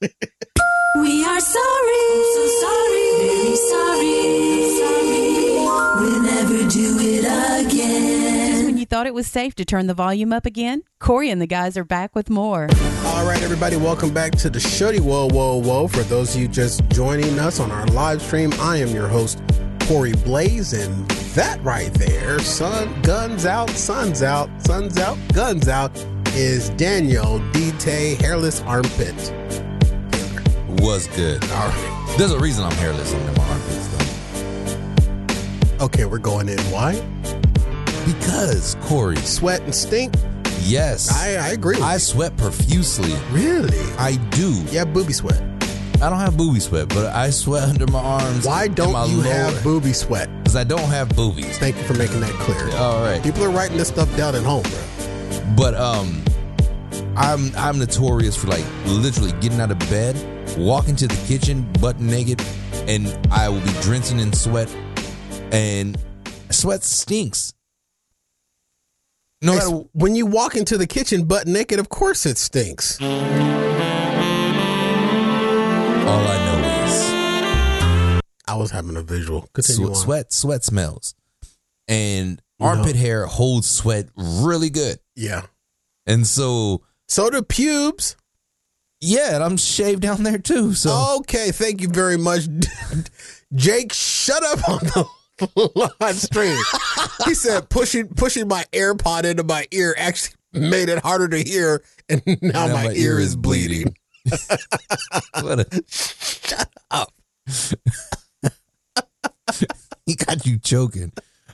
We are sorry. So sorry. Really sorry. Sorry. We'll never do it again. Just when you thought it was safe to turn the volume up again, Corey and the guys are back with more. All right, everybody, welcome back to the Shuddy Whoa Whoa Whoa. For those of you just joining us on our live stream, I am your host, Corey Blaze, and that right there, sun, guns out, suns out, suns out, guns out, is Daniel Dete Hairless Armpit. Was good. All right. There's a reason I'm hairless under my armpits though, Okay, we're going in. Why? because Corey. Sweat and stink. Yes, I, I agree. With I you. sweat profusely. really. I do. Yeah, booby sweat. I don't have booby sweat, but I sweat <laughs> under my arms. Why and don't my you have lower- booby sweat? Because I don't have boobies. Thank you for making that clear. All right. People are writing this stuff down at home, bro. But um, I'm I'm notorious for like literally getting out of bed, walking to the kitchen butt naked, and I will be drenching in sweat, and sweat stinks. No It's- matter when you walk into the kitchen butt naked, of course it stinks. all I know is. I was having a visual. Continue on. sweat, sweat sweat smells and armpit hair holds sweat really good Yeah. and so So do pubes. yeah and i'm shaved down there too so Okay, thank you very much. <laughs> Jake, shut up on the <laughs> live stream. he said pushing pushing my AirPod into my ear actually made it harder to hear, and now, my, ear, is bleeding. <laughs> what a shut up <laughs> he got you choking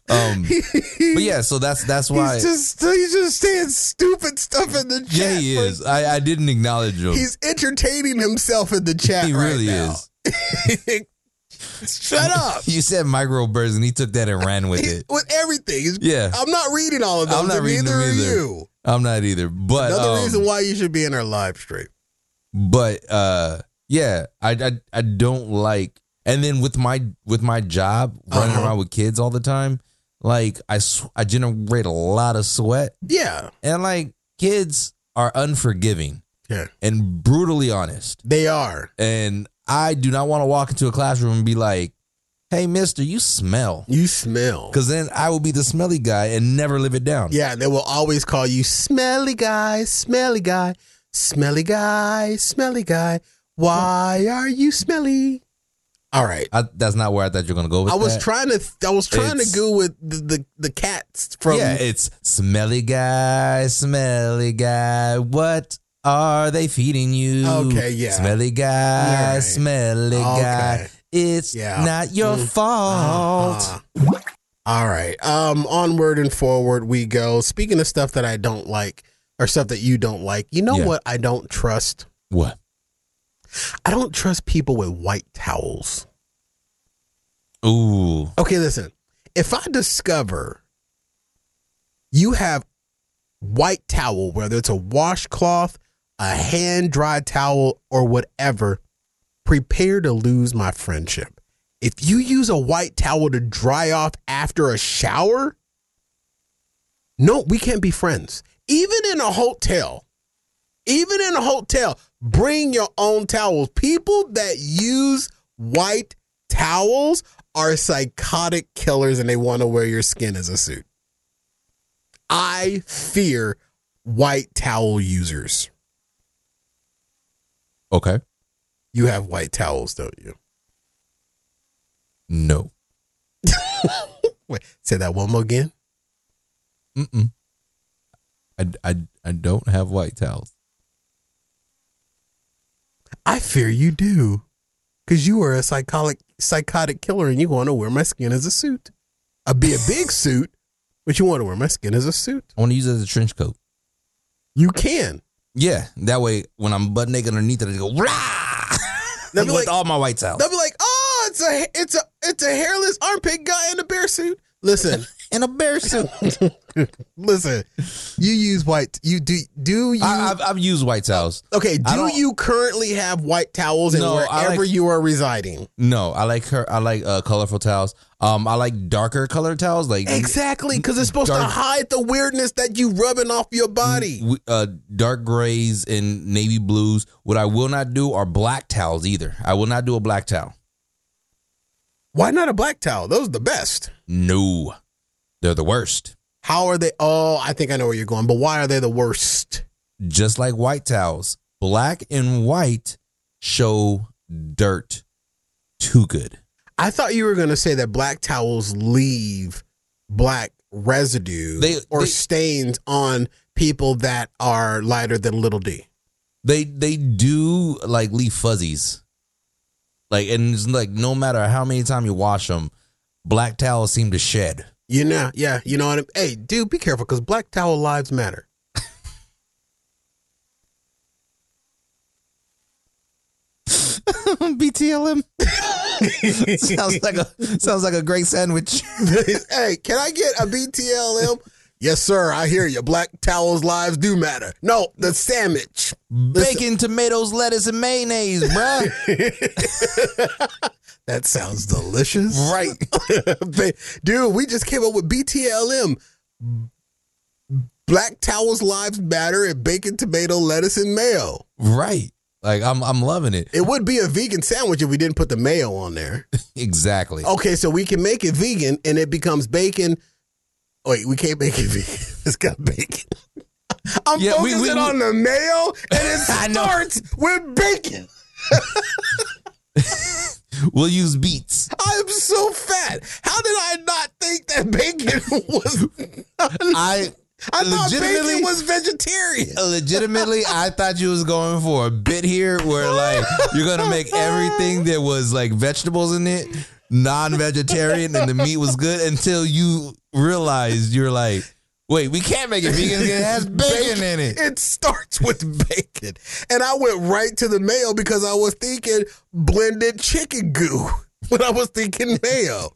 um but yeah so that's that's why He's just he's just saying stupid stuff in the chat. yeah he but is i i didn't acknowledge him He's entertaining himself in the chat. he right really now. is Shut up. you said microburst and he took that and ran with it With everything. He's- Yeah. I'm not reading all of those. I'm not and reading neither them are either. you. i'm not either but Another um, reason why you should be in our live stream. but uh yeah I, I i don't like and then with my with my job running Uh-huh. around with kids all the time like i sw- i generate a lot of sweat Yeah. and like kids are unforgiving Yeah. and brutally honest They are. and i do not want to walk into a classroom and be like hey mister you smell You smell. because then i will be the smelly guy and never live it down Yeah, and they will always call you smelly guy, smelly guy, smelly guy, smelly guy. Why are you smelly? All right. I, that's not where i thought you were going to go with I was that. trying to I was trying It's- to go with the, the the cats from yeah, it's smelly guy, smelly guy. What are they feeding you? Okay, yeah. Smelly guy, Alright. smelly guy. Okay. It's Yeah. not your fault. Uh, all right. Um, onward and forward we go. Speaking of stuff that I don't like or stuff that you don't like, you know Yeah. what I don't trust? What? I don't trust people with white towels. Ooh, Okay, listen. If I discover you have white towel, whether it's a washcloth, a hand dry towel, or whatever, prepare to lose my friendship. If you use a white towel to dry off after a shower, no, we can't be friends. Even in a hotel, even in a hotel, bring your own towels. People that use white towels are psychotic killers and they want to wear your skin as a suit. I fear white towel users. okay. You have white towels, don't you? No. Wait, say that one more again. Mm-mm. I, I, I don't have white towels. I fear you do. Cause you are a psychotic psychotic killer and you want to wear my skin as a suit. I'd be a big suit, but you want to wear my skin as a suit. I want to use it as a trench coat. You can. Yeah, that way when I'm butt naked underneath it, I just go, rah! That'd <laughs> with be like- all my white towels. They'll be like, oh, it's a it's a it's a hairless armpit guy in a bear suit. Listen, <laughs> And a bear suit. listen. You use white you do do you I, I've, I've used white towels. Okay, I do don't- you currently have white towels and No, I wherever like- Mm-hmm. you are residing? No, I like her. I like uh, colorful towels. Um, I like darker colored towels. Like Exactly, because it's supposed to Dark- hide the weirdness that you rubbing off your body. w- uh, dark grays and navy blues. What I will not do are black towels either. I will not do a black towel. Why not a black towel? Those are the best. No, they're the worst. How are they? Oh, I think I know where you're going, but why are they the worst? Just like white towels, black and white show dirt too good. I thought you were going to say that black towels leave black residue They- or they- stains on people that are lighter than little d. They they do like leave fuzzies. Like and it's like no matter how many times you wash them, black towels seem to shed. You know, yeah, you know what? I'm, hey, dude, be careful because black towel lives matter. <laughs> BTLM. <laughs> sounds like a sounds like a great sandwich. hey, can I get a BTLM? yes, sir. I hear you. Black towels lives do matter. No, the sandwich. Bacon, tomatoes, lettuce, and mayonnaise, bruh. <laughs> That sounds delicious. Right. <laughs> Ba- Dude, we just came up with BTLM. Black Towels Lives Matter and bacon, tomato, lettuce, and mayo. Right. Like I'm I'm loving it. It would be a vegan sandwich if we didn't put the mayo on there. Exactly. Okay, so we can make it vegan and it becomes bacon. Wait, we can't make it vegan. <laughs> It's got bacon. I'm Yeah, we- focusing we- we- on the mayo and it <laughs> I know. starts with bacon. We'll use beets. I'm so fat. How did I not think that bacon <laughs> was? I <laughs> I thought legitimately- bacon was vegetarian. legitimately I thought you was going for a bit here where like you're gonna make everything that was like vegetables in it non-vegetarian and the meat was good until you realized you're like, wait, we can't make it vegan. 'cause It has bacon in it. It starts with bacon. And I went right to the mayo because I was thinking blended chicken goo <laughs> when I was thinking mayo.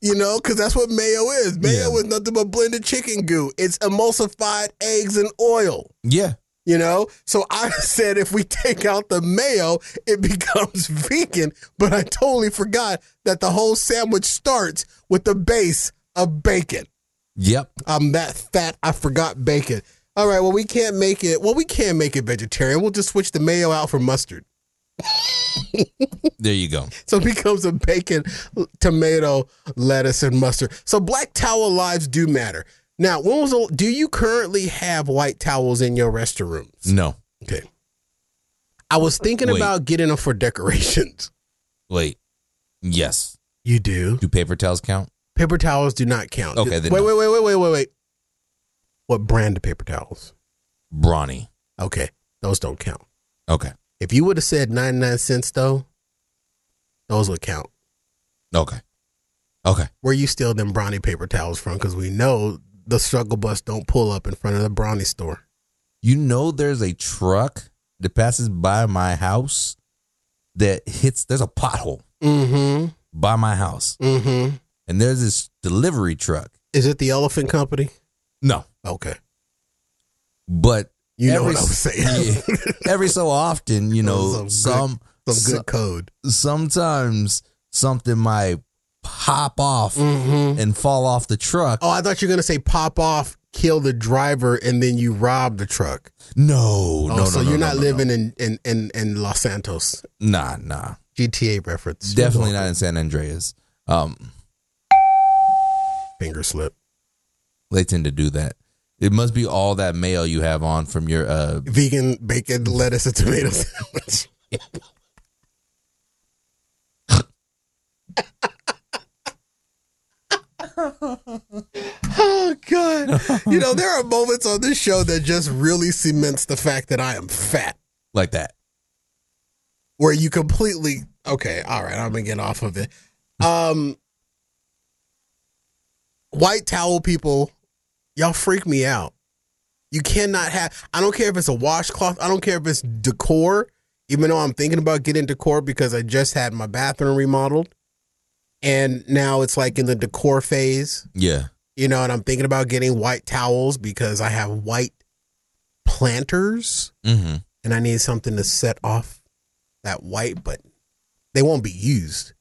You know, because that's what mayo is. Mayo Yeah. is nothing but blended chicken goo. It's emulsified eggs and oil. Yeah. You know, so I <laughs> said if we take out the mayo, it <laughs> becomes vegan. But I totally forgot that the whole sandwich starts with the base of bacon. Yep. I'm that fat. I forgot bacon. All right. Well, we can't make it. Well, we can make it vegetarian. We'll just switch the mayo out for mustard. There you go. So it <laughs> becomes a bacon, l- tomato, lettuce, and mustard. So black towel lives do matter. Now, when was the, do you currently have white towels in your restrooms? No. Okay. I was thinking Mm. Wait. about getting them for decorations. <laughs> Wait. Yes. You do. Do paper towels count? Paper towels do not count. Okay, Wait, then wait, no. wait, wait, wait, wait, wait. What brand of paper towels? Brawny. Okay, those don't count. Okay. If you would have said 99 cents though, those would count. Okay. Okay. Where you steal them brownie paper towels from because we know the struggle bus don't pull up in front of the brownie store. You know, there's a truck that passes by my house that hits, there's a pothole Mm-hmm. by my house. Mm-hmm. And there's this delivery truck. Is it the elephant company? No. Okay. But You know Every- what I'm saying. <laughs> yeah, every so often, you know, Those are some, <laughs> Some good code. so- sometimes something might pop off Mm-hmm. and fall off the truck. Oh, I thought you were gonna say pop off, kill the driver, and then you rob the truck. No, Oh, no, no. so no, you're no, not no, no. living In, in in in Los Santos. Nah, nah. GTA reference. Definitely not in San Andreas. Um, Finger slip. They tend to do that. It must be all that mail you have on from your uh Vegan bacon, lettuce, and tomato sandwich. Oh God! You know there are moments on this show that just really cements the fact that I am fat. like that. Where you completely okay, all right, I'm gonna get off of it. Um, white towel people, y'all freak me out. You cannot have. I don't care if it's a washcloth. I don't care if it's decor. Even though I'm thinking about getting decor because I just had my bathroom remodeled, and now it's like in the decor phase Yeah. you know, and I'm thinking about getting white towels because I have white planters Mm-hmm. and I need something to set off that white, but they won't be used.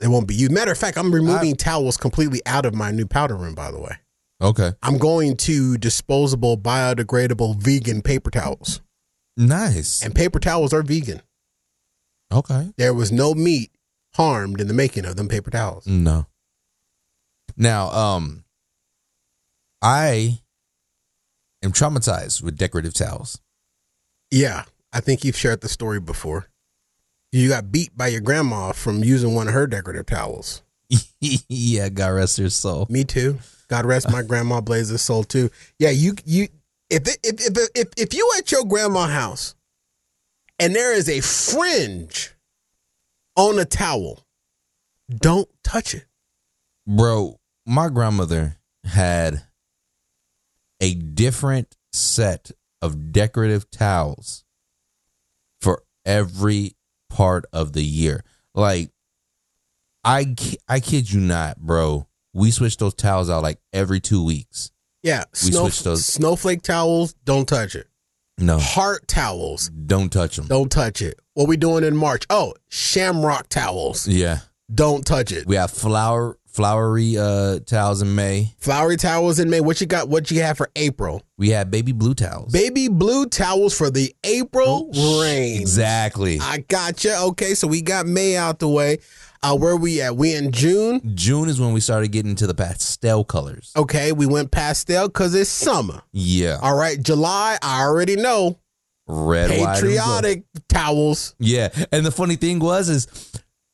They won't be used. Matter of fact, I'm removing towels completely out of my new powder room, by the way. Okay. I'm going to disposable, biodegradable, vegan paper towels. Nice. And paper towels are vegan. Okay. There was no meat harmed in the making of them paper towels. No. Now, um I am traumatized with decorative towels. <laughs> Yeah, I think you've shared the story before. You got beat by your grandma from using one of her decorative towels. yeah, God rest her soul. Me too. God rest my grandma Blaze's soul too. Yeah, you you if it- if if if, if you at your grandma house and there is a fringe on a towel, don't touch it. Bro, my grandmother had a different set of decorative towels for every part of the year. Like I ki- I kid you not, bro. We switched those towels out like every 2 weeks. Yeah, We snow, switched those. snowflake towels, don't touch it. No, Heart towels. don't touch them. Don't touch it. What we doing in March? Oh, shamrock towels. Yeah, Don't touch it. we have flower flowery uh towels in May. Flowery towels in May. What you got? What you have for April? We have baby blue towels. Baby blue towels for the Oh, April rain. Exactly. I gotcha. Okay, so we got May out the way. Uh, where we at? We in June. June is when we started getting into the pastel colors. Okay, we went pastel because it's summer. Yeah, All right, July. I already know red, white, and blue. patriotic towels. Yeah, and the funny thing was is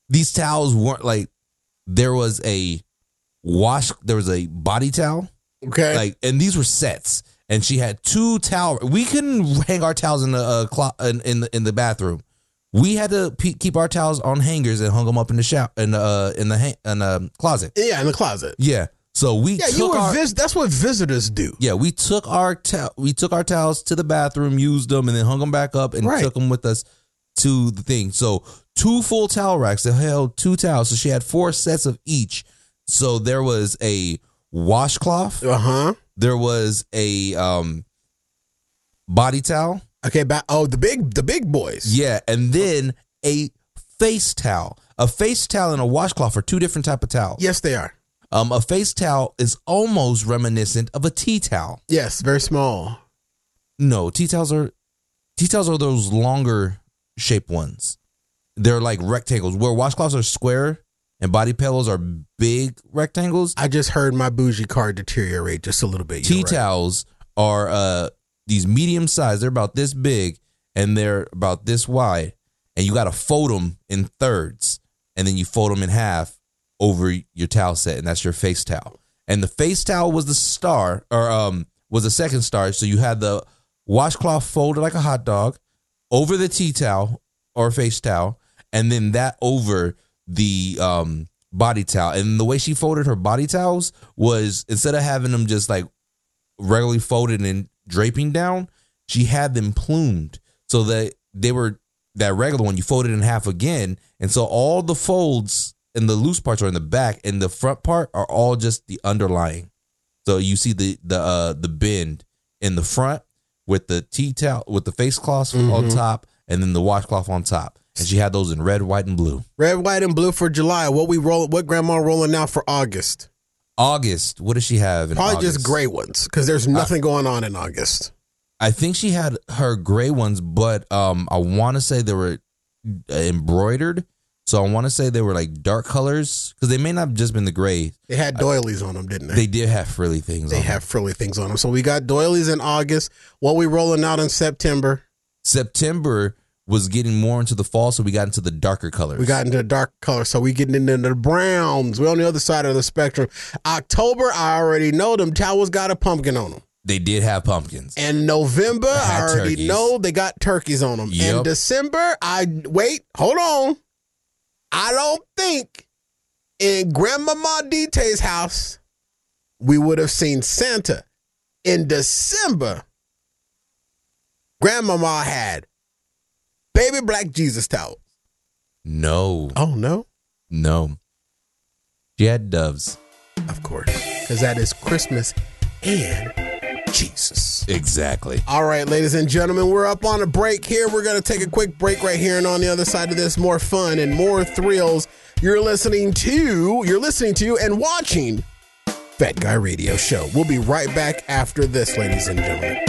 these towels weren't like there was a wash, there was a body towel, Okay, like, and these were sets, and she had two towel. We couldn't hang our towels in the uh, clo- in, in the in the bathroom. We had to pe keep our towels on hangers and hung them up in the shower in the uh, in the hang- in the closet. yeah, in the closet. Yeah, so we Yeah, took you were. our- vis- that's what visitors do. yeah, we took our towel, we took our towels to the bathroom, used them, and then hung them back up and Right. took them with us to the thing. So two full towel racks that held two towels. So she had four sets of each. So there was a washcloth, Uh huh. there was a um body towel, Okay, ba- oh the big the big boys. yeah, and then a face towel. A face towel and a washcloth are two different type of towels. Yes, they are. Um, a face towel is almost reminiscent of a tea towel. Yes, very small. No, tea towels are tea towels are those longer shaped ones. They're like rectangles. Where washcloths are square and body pillows are big rectangles. I just heard my bougie card deteriorate just a little bit. Tea You're right. towels are uh these medium sized. They're about this big and they're about this wide. And you got to fold them in thirds, and then you fold them in half over your towel set, and that's your face towel. And the face towel was the star, or um, was the second star. So you had the washcloth folded like a hot dog over the tea towel or face towel, and then that over the um body towel. And the way she folded her body towels was instead of having them just like regularly folded and draping down, she had them plumed so that they were that regular one you fold it in half again, and so all the folds and the loose parts are in the back, and the front part are all just the underlying. So you see the the uh, the bend in the front with the tea towel with the face cloth Mm-hmm. on top, and then the washcloth on top. And she had those in red, white, and blue. Red, white, and blue for July. What we roll? What grandma rolling out for August? August. What does she have? In Probably just August? gray ones because there's nothing going on in August. I think she had her gray ones, but um, I want to say they were uh, embroidered. So I want to say they were like dark colors because they may not have just been the gray. They had doilies on them, didn't they? They did have frilly things. They on them. have frilly things on them. So we got doilies in August. What we rolling out in September? September was getting more into the fall, so we got into the darker colors. We got into the dark color, so we getting into the browns. We're on the other side of the spectrum. October, I already know them towels got a pumpkin on them. they did have pumpkins. And November, I Had already turkeys. know they got turkeys on them. And Yep. December, I wait, hold on. I don't think in Grandmama Dite's house we would have seen Santa. In December, Grandmama had baby black Jesus towels. No, Oh no, no, she had doves. of course, because that is Christmas and Jesus. Exactly. All right, ladies and gentlemen, we're up on a break here. We're going to take a quick break right here, and on the other side of this, more fun and more thrills. You're listening to, you're listening to, and watching Fat Guy Radio Show. We'll be right back after this, ladies and gentlemen.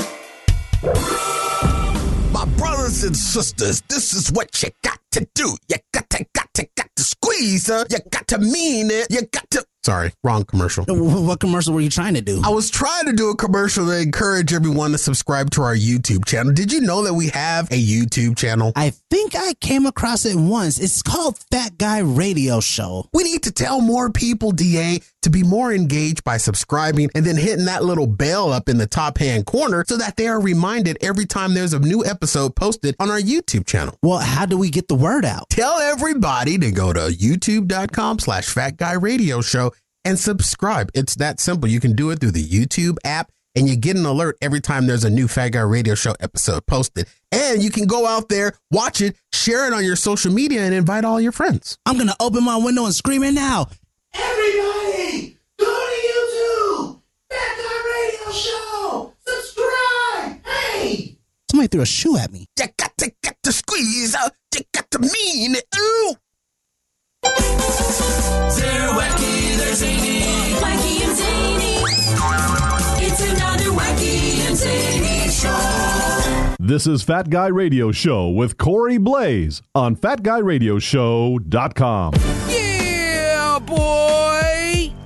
My brothers and sisters, this is what you got to do. You got to, got to, got to squeeze, huh? You got to mean it. You got to. Sorry, wrong commercial. Wh- What commercial were you trying to do? I was trying to do a commercial to encourage everyone to subscribe to our YouTube channel. Did you know that we have a YouTube channel? I think I came across it once. It's called Fat Guy Radio Show. We need to tell more people, DA, to be more engaged by subscribing and then hitting that little bell up in the top hand corner so that they are reminded every time there's a new episode posted on our YouTube channel. Well, how do we get the word out? Tell everybody to go to youtube.com slash fat guy radio show and subscribe. It's that simple. You can do it through the YouTube app and you get an alert every time there's a new Fat Guy Radio Show episode posted. And you can go out there, watch it, share it on your social media, and invite all your friends. I'm gonna open my window and scream it now. Everybody, go to YouTube. Back on radio show. Subscribe. Hey. Somebody Somebody threw a shoe at me. You got to get the squeeze out. You got to mean it. Ooh. They're wacky, they're zany. Wacky and zany. It's another wacky and zany show. This is Fat Guy Radio Show with Corey Blaze on fatguyradioshow.com.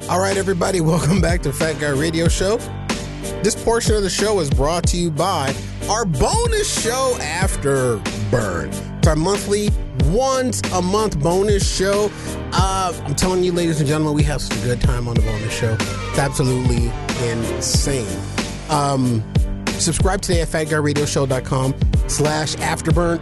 All right, everybody, welcome back to Fat Guy Radio Show. This portion of the show is brought to you by our bonus show after burn. It's our monthly, once a month bonus show. Uh, I'm telling you, ladies and gentlemen, we have such a good time on the bonus show. It's absolutely insane. Um, subscribe today at fatguyradioshow.com slash afterburn.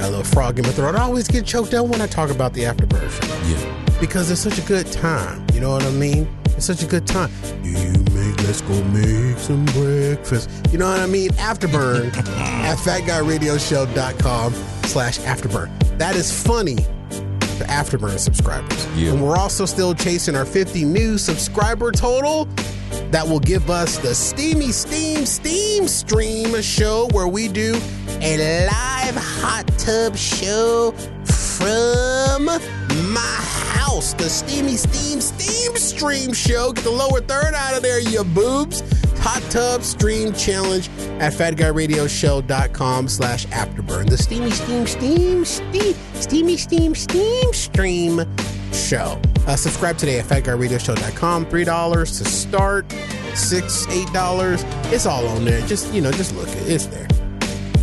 Got a little frog in my throat. I always get choked up when I talk about the afterburn show Yeah. because it's such a good time. You know what I mean? It's such a good time. You make, let's go make some breakfast. You know what I mean? Afterburn at fatguyradioshow.com slash afterburn. That is funny for Afterburn subscribers. Yeah. And we're also still chasing our 50 new subscriber total that will give us the steamy steam steam stream show where we do a live hot tub show from my house the steamy steam steam stream show get the lower third out of there you boobs hot tub stream challenge at fatguyradioshow.com slash afterburn the steamy steam steam steam steamy steam steam stream show uh, subscribe today at fatguyradioshow.com $3 to start six eight dollars it's all on there just you know just look it's there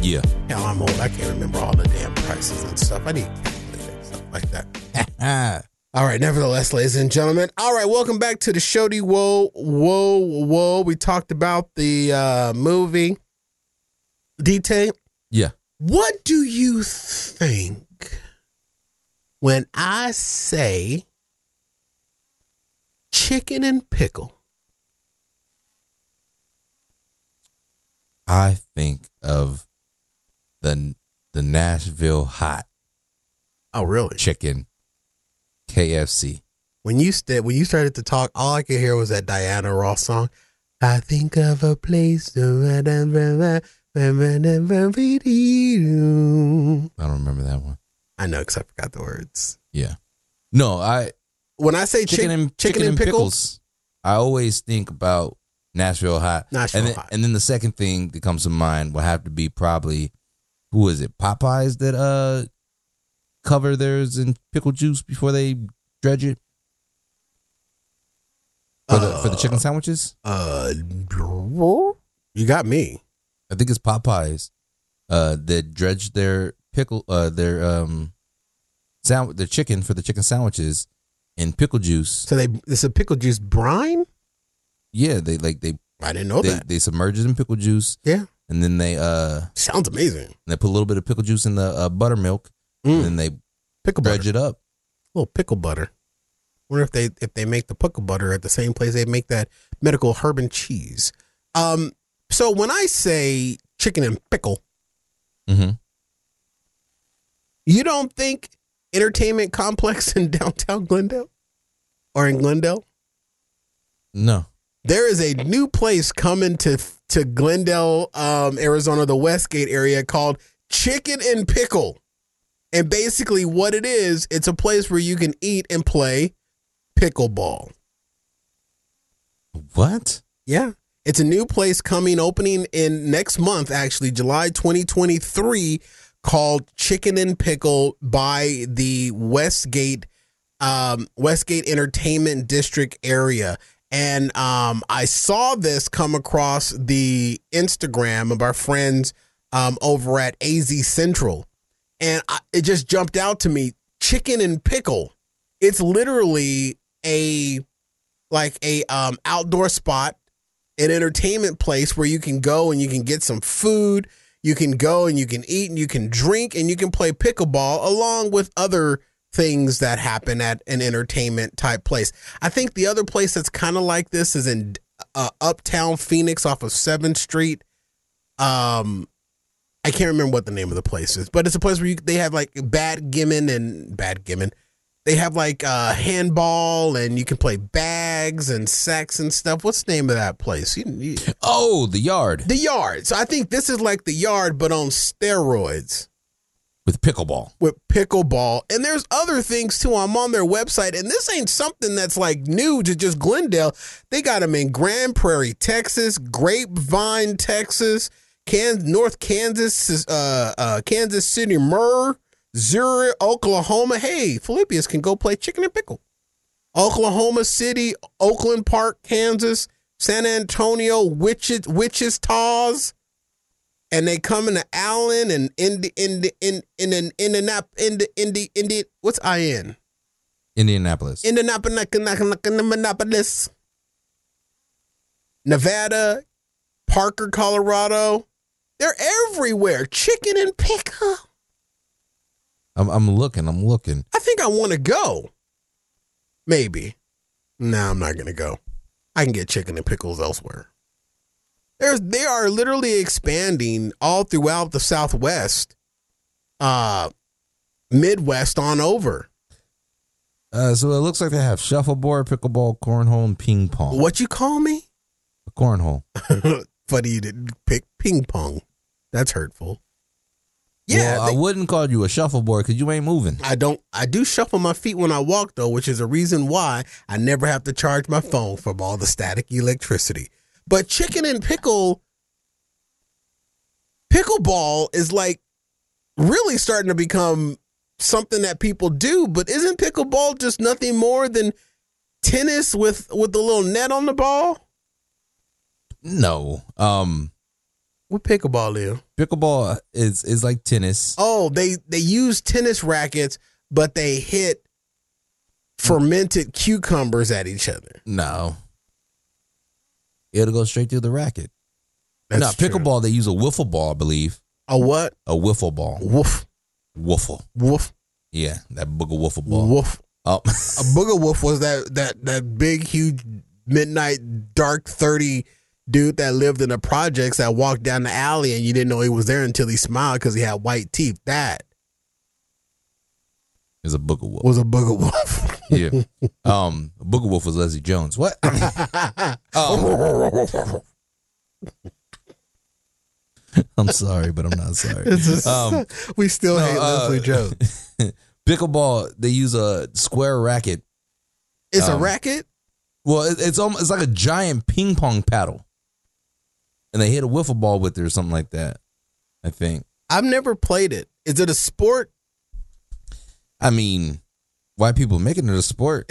Yeah. Hell, I'm old. I can't remember all the damn prices and stuff. I need a calculator and stuff like that. <laughs> all right, nevertheless, ladies and gentlemen. All right, welcome back to the show. D. Whoa, whoa, whoa. We talked about the uh, movie detail. Yeah. What do you think when I say chicken and pickle? I think of the the Nashville hot Oh, really? chicken KFC. when you st- when you started to talk, all I could hear was that Diana Ross song. I think of a place to I don't remember that one. I know, because I forgot the words. Yeah. No, I When I say chicken and chicken, and pickles. I always think about Nashville hot. Nashville and then, hot. And then the second thing that comes to mind will have to be probably who is it? Popeyes that uh cover theirs in pickle juice before they dredge it for the for the chicken sandwiches. uh, you got me. I think it's Popeyes uh that dredge their pickle uh their um sound their chicken for the chicken sandwiches in pickle juice. So they it's a pickle juice brine. Yeah, they like they I didn't know they, that. they submerge it in pickle juice Yeah, and then they uh sounds amazing. and they put a little bit of pickle juice in the uh, buttermilk and then they Mm. Pickle dredge butter, it up. little pickle butter. Wonder if they if they make the pickle butter at the same place they make that medical herb and cheese. Um, so when I say chicken and pickle, Mm-hmm. You don't think entertainment complex <laughs> in downtown Glendale or in Glendale? No. There is a new place coming to to Glendale, um, Arizona, the Westgate area called Chicken and Pickle. And basically, what it is, it's a place where you can eat and play pickleball. What? Yeah. It's a new place coming opening in next month, actually, July 2023, called Chicken and Pickle by the Westgate um, Westgate Entertainment District area. And um, I saw this come across the Instagram of our friends um, over at AZ Central. And I, it just jumped out to me chicken and pickle. It's literally a like a um, outdoor spot, an entertainment place where you can go and you can get some food. You can go and you can eat and you can drink and you can play pickleball along with other things that happen at an entertainment type place. I think the other place that's kind of like this is in uh, Uptown Phoenix off of 7th Street. Um, I can't remember what the name of the place is, but it's a place where you, they have like bad gimmon and bad gimmon, They have like uh, handball, and you can play bags and sacks and stuff. What's the name of that place? You- you- Oh, the yard the yard. So I think this is like the yard, but on steroids with pickleball. with pickleball. And there's other things too. I'm on their website, and this ain't something that's like new to just Glendale. They got them in Grand Prairie, Texas, Grapevine, Texas, Can- North Kansas, uh, uh, Kansas City, Murr, Zurich, Oklahoma. Hey, Philippians can go play chicken and pickle. Oklahoma City, Oakland Park, Kansas, San Antonio, Wichita, Wichita's and they come into Allen and in in in in in in in in in in what's I in Indianapolis. Indianapolis, Nevada, Parker, Colorado. They're everywhere. Chicken and pickle. I'm, I'm looking. I'm looking. I think I want to go. Maybe. No, I'm not gonna go. I can get chicken and pickles elsewhere. There's they are literally expanding all throughout the Southwest, uh, Midwest on over. Uh, so it looks like they have shuffleboard, pickleball, cornhole, and ping pong. What you call me? <laughs> cornhole? Funny you didn't pick ping pong. That's hurtful. Yeah, Well, they- I wouldn't call you a shuffleboard because you ain't moving. I don't. I do shuffle my feet when I walk, though, which is a reason why I never have to charge my phone from all the static electricity. But chicken and pickle, pickleball is like really starting to become something that people do. But isn't pickleball just nothing more than tennis with with the little net on the ball? No. Um, What pickleball is? pickleball is is like tennis. Oh, they they use tennis rackets, but they hit fermented cucumbers at each other. No. It'll go straight through the racket. no, That's true. pickleball, they use a wiffle ball, I believe. A what? A wiffle ball. Woof, Wiffle. woof, Yeah, that booger wiffle ball. woof. Oh, <laughs> A booger woof was that that that big, huge, midnight, dark thirty dude that lived in the projects that walked down the alley and you didn't know he was there until he smiled because he had white teeth. That it's a booger wolf. was a booger woof. <laughs> Yeah. Um, booger wolf was Leslie Jones. What? Um, I'm sorry, but I'm not sorry. Um, we still no, hate uh, Leslie Jones. <laughs> pickleball, they use a square racket. It's um, a racket. Well, it, it's almost it's like a giant ping pong paddle, and they hit a wiffle ball with it or something like that. I think. I've never played it. Is it a sport? I mean, why people making it a sport?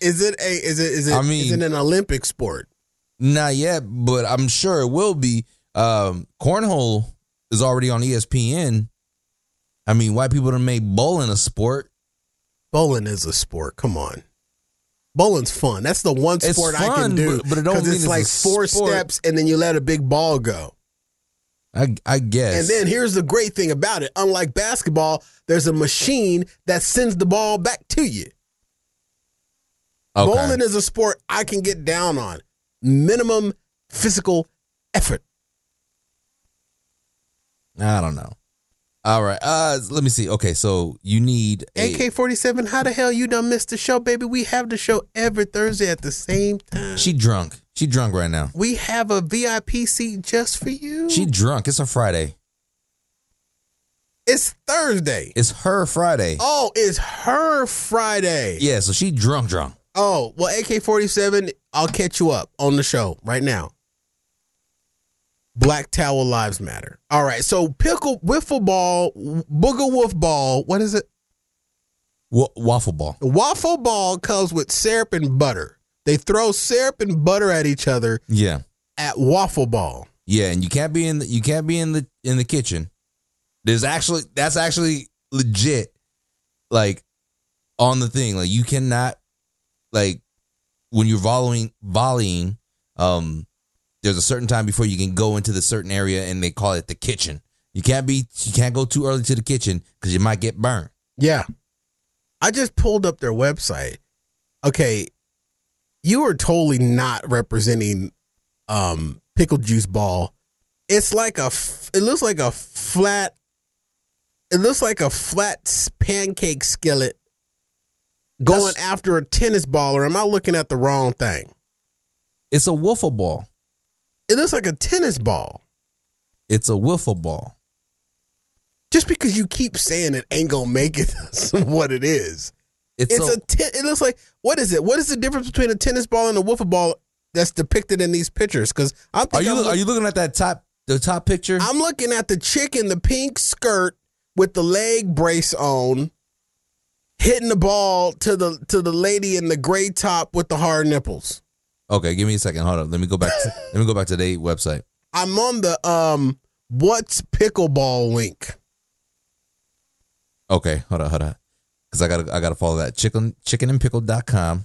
Is it a? Is it? Is it? I is mean- it an Olympic sport? Not yet, but I'm sure it will be. Um, cornhole is already on E ESPN. I mean, why people don't make bowling a sport? Bowling is a sport. Come on. Bowling's fun. That's the one It's sport I fun, can do. but- but it don't 'cause mean it's it's a like four sport. steps and then you let a big ball go. I I guess. And then here's the great thing about it. Unlike basketball, there's a machine that sends the ball back to you. Okay. Bowling is a sport I can get down on. Minimum physical effort. I don't know. All right. Uh, let me see. Okay, so you need a, AK 47, how the hell you done missed the show, baby? We have the show every Thursday at the same time. She drunk. She drunk right now. We have a VIP seat just for you. She drunk. It's a Friday. it's Thursday. It's her Friday. Oh, it's her Friday. Yeah, so she drunk drunk. Oh, well, AK 47, I'll catch you up on the show right now. Black Towel Lives Matter. All right, so pickle, wiffle ball, booger wolf ball, what is it? W- waffle ball. Waffle ball comes with syrup and butter. They throw syrup and butter at each other Yeah. at waffle ball. Yeah, and you can't be in the you can't be in the in the kitchen. There's actually that's actually legit like on the thing. Like you cannot like when you're volleying volleying, um there's a certain time before you can go into the certain area and they call it the kitchen. You can't be you can't go too early to the kitchen because you might get burned. Yeah. I just pulled up their website. Okay. You are totally not representing um pickle juice ball. It's like a f- it looks like a flat it looks like a flat s- pancake skillet going after a tennis ball, or am I looking at the wrong thing? It's a wiffle ball. It looks like a tennis ball. It's a wiffle ball. Just because you keep saying it ain't gonna make it <laughs> that's what it is. It's, It's a, a ten, it looks like what is it? What is the difference between a tennis ball and a wiffle ball that's depicted in these pictures? Because I'm Are you I'm, are look- you looking at that top the top picture? I'm looking at the chick in the pink skirt with the leg brace on, hitting the ball to the to the lady in the gray top with the hard nipples. okay, give me a second. Hold up. Let me go back. To, <laughs> let me go back to their website. I'm on the um what's pickleball link. Okay, hold on, hold on. Cause I gotta I gotta follow that. Chicken chickenandpickle.com.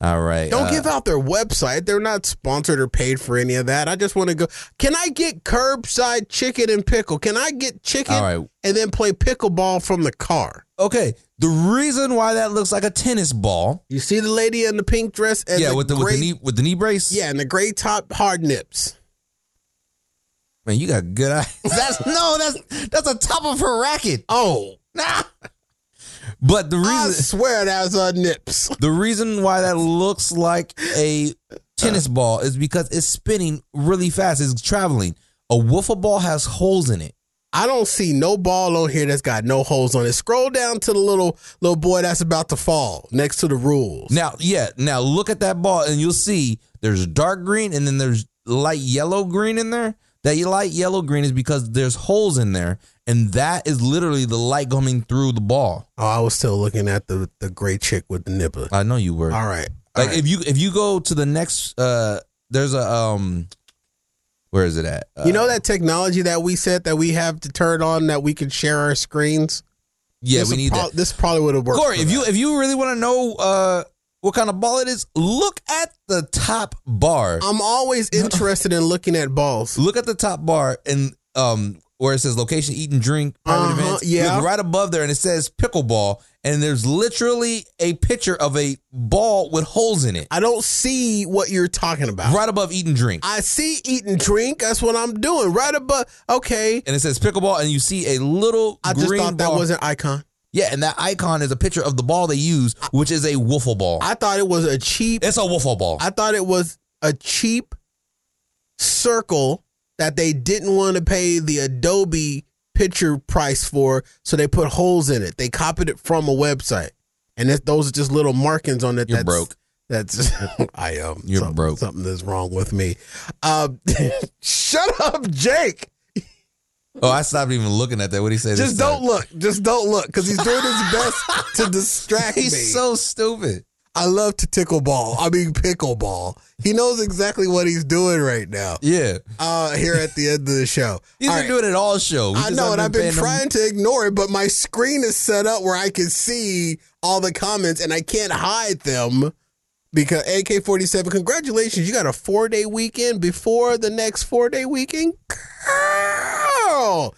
All right. Don't uh, give out their website. They're not sponsored or paid for any of that. I just want to go. Can I get curbside chicken and pickle? Can I get chicken All right. and then play pickleball from the car? Okay. The reason why that looks like a tennis ball. You see the lady in the pink dress and yeah, the with the gray, with the knee with the knee brace. yeah, and the gray top hard nips. Man, you got good eyes. <laughs> That's no, that's that's the top of her racket. Oh, Nah. Ah, But the I reason swear that was on nips. the reason why that looks like a tennis ball is because it's spinning really fast. It's traveling. A wiffle ball has holes in it. I don't see no ball on here that's got no holes on it. Scroll down to the little little boy that's about to fall next to the rules. Now, yeah, now look at that ball and you'll see there's dark green and then there's light yellow green in there. That light yellow green is because there's holes in there, and that is literally the light coming through the ball. oh, I was still looking at the the gray chick with the nipper. I know you were. All right. all Like right. if you if you go to the next uh there's a um where is it at? Uh, You know that technology that we said that we have to turn on that we can share our screens? yeah, This we would need prob- that. This probably would have worked. Corey, for if you that. if you really want to know uh what kind of ball it is, look at the top bar. I'm <laughs> always interested in looking at balls. Look at the top bar and um where it says location, eat and drink, private Uh-huh, events. yeah. Look right above there and it says pickleball and there's literally a picture of a ball with holes in it. I don't see what you're talking about. Right above eat and drink. I see eat and drink. That's what I'm doing. Right above. Okay. and it says pickleball and you see a little I just green thought that ball. was an icon. Yeah, and that icon is a picture of the ball they use, which is a wiffle ball. I thought it was a cheap. it's a wiffle ball. I thought it was a cheap circle that they didn't want to pay the Adobe picture price for, so they put holes in it. They copied it from a website, and it, those are just little markings on it. You're that's, broke. That's <laughs> I am. You're something, broke. Something that's wrong with me. Uh, <laughs> shut up, Jake. oh, I stopped even looking at that. What he say? Just this time? don't look. Just don't look, because he's doing his best to distract me. <laughs> He's so stupid. I love to tickle ball. I mean pickleball. He knows exactly what he's doing right now. Yeah, uh, here at the end of the <laughs> show. he's All been right. doing it all show. We I just know, and haven't I've been paying him- trying to ignore it, but my screen is set up where I can see all the comments and I can't hide them because AK 47, congratulations, you got a four day weekend before the next four day weekend. Girl,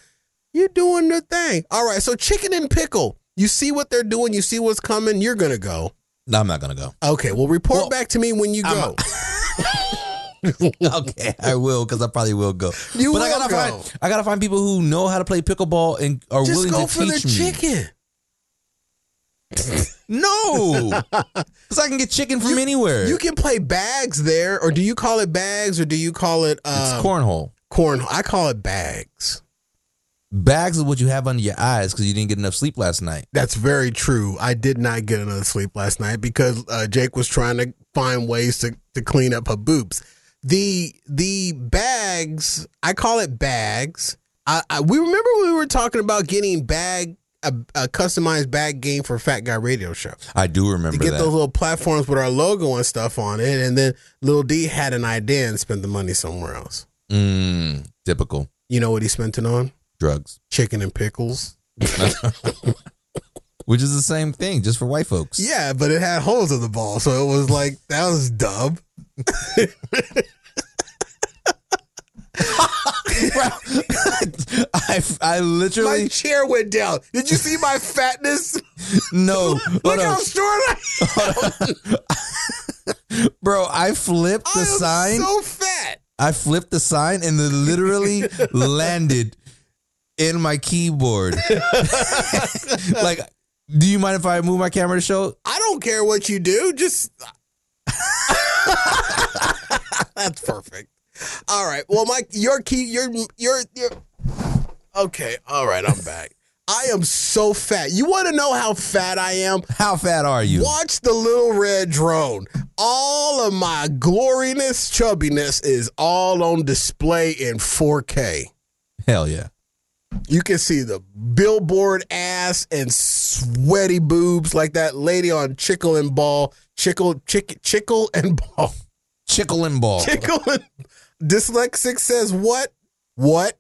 you're doing the thing. All right, so chicken and pickle. You see what they're doing, you see what's coming, you're going to go. No, I'm not gonna <laughs> go. Okay, well, report Well, back to me when you go. okay, I will because I probably will go. You but I will gotta go. find I gotta find people who know how to play pickleball and are Just willing go to for the teach me. chicken. <laughs> No, because I can get chicken from anywhere. You can play bags there, or do you call it bags, or do you call it it's uh, cornhole. corn? I call it bags. Bags is what you have under your eyes because you didn't get enough sleep last night. That's very true. I did not get enough sleep last night because uh, Jake was trying to find ways to, to clean up her boobs. The the bags, I call it bags. I, I we remember we were talking about getting bag a, a customized bag game for Fat Guy Radio Show. I do remember to get that. those little platforms with our logo and stuff on it, and then Little D had an idea and spent the money somewhere else. Mm, typical You know what he spent it on? drugs, Chicken and pickles. which is the same thing, just for white folks. Yeah, but it had holes in the ball, so it was like that was dumb. <laughs> I, My I literally chair went down. Did you see my fatness? no, Look hold how on, short I <laughs> am. bro. I flipped I the am sign. so fat. I flipped the sign and it <laughs> literally landed in my keyboard. <laughs> like Do you mind if I move my camera to show? <laughs> I don't care what you do. <laughs> Just that's perfect. All right. Well, Mike, your key, your your your. Okay. All right. I'm back. I am so fat. You want to know how fat I am? How fat are you? Watch the little red drone. All of my gloriness, chubbiness is all on display in 4K. Hell yeah. You can see the billboard ass and sweaty boobs like that lady on Chickle and Ball. Chickle, chick, Chickle and <laughs> Ball. Chickle and ball. Chickle and Dyslexic says what? What?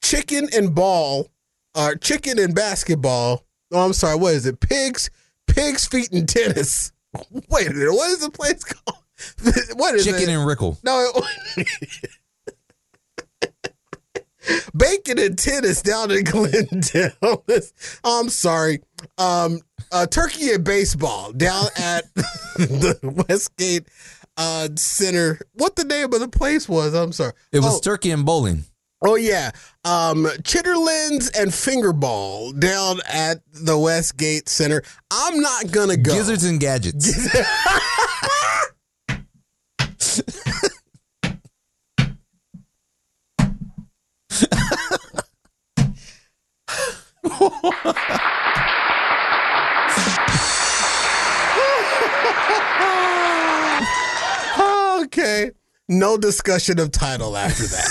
Chicken and ball. Or chicken and basketball. Oh, I'm sorry. What is it? Pigs, pigs, feet, and tennis. <laughs> Wait a minute. What is the place called? <laughs> what is it? Chicken and Rickle. No. It, Bacon and tennis down in <laughs> Glendale. I'm sorry. Um, uh, turkey and baseball down at <laughs> the Westgate uh, Center. What the name of the place was? I'm sorry. It was Oh, turkey and bowling. Oh yeah, um, Chitterlings and fingerball down at the Westgate Center. I'm not gonna go. Gizzards and gadgets. <laughs> okay. No discussion of title after that.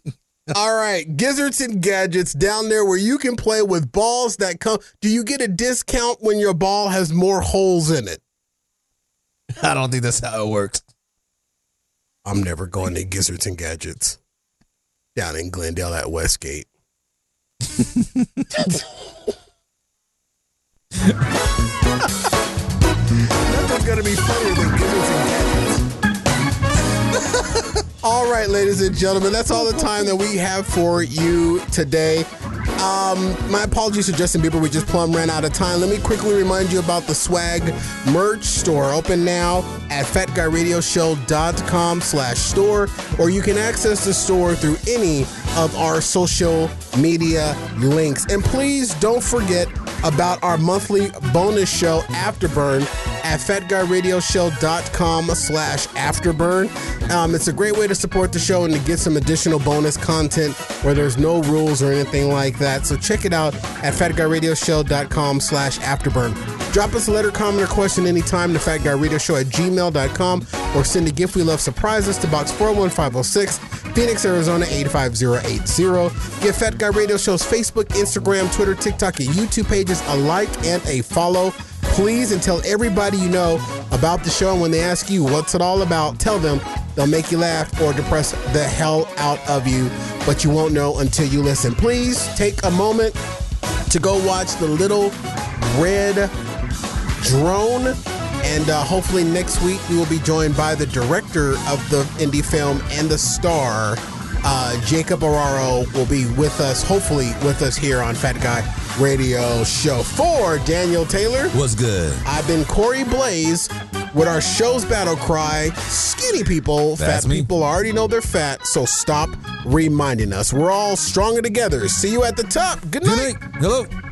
<laughs> All right, Gizzards and Gadgets down there where you can play with balls that come. Do you get a discount when your ball has more holes in it? <laughs> I don't think that's how it works. I'm never going to Gizzards and Gadgets down in Glendale at Westgate. Nothing's gonna be funnier than Gizzards and Gadgets. <laughs> all right, ladies and gentlemen, that's all the time that we have for you today. Um, my apologies to Justin Bieber. We just plumb ran out of time. Let me quickly remind you about the swag merch store open now at fatguyradioshow.com slash store, or you can access the store through any of our social media links. And please don't forget about our monthly bonus show Afterburn at fatguyradioshow.com slash afterburn. Um, it's a great way to support the show and to get some additional bonus content where there's no rules or anything like that. So check it out at fatguyradioshow.com slash afterburn. Drop us a letter, comment, or question anytime to fatguyradioshow at gmail.com or send a gift we love surprises to box 41506, Phoenix, Arizona 85080. Give Fat Guy Radio Show's Facebook, Instagram, Twitter, TikTok, and YouTube pages a like and a follow please and tell everybody you know about the show and when they ask you what's it all about tell them they'll make you laugh or depress the hell out of you but you won't know until you listen please take a moment to go watch the little red drone and uh, hopefully next week we will be joined by the director of the indie film and the star uh, jacob araro will be with us hopefully with us here on fat guy radio show for daniel taylor What's good? I've been Corey Blaze with our show's battle cry skinny people, That's fat me. people already know they're fat, so stop reminding us. We're all stronger together. See you at the top. Good Good night. night. Hello.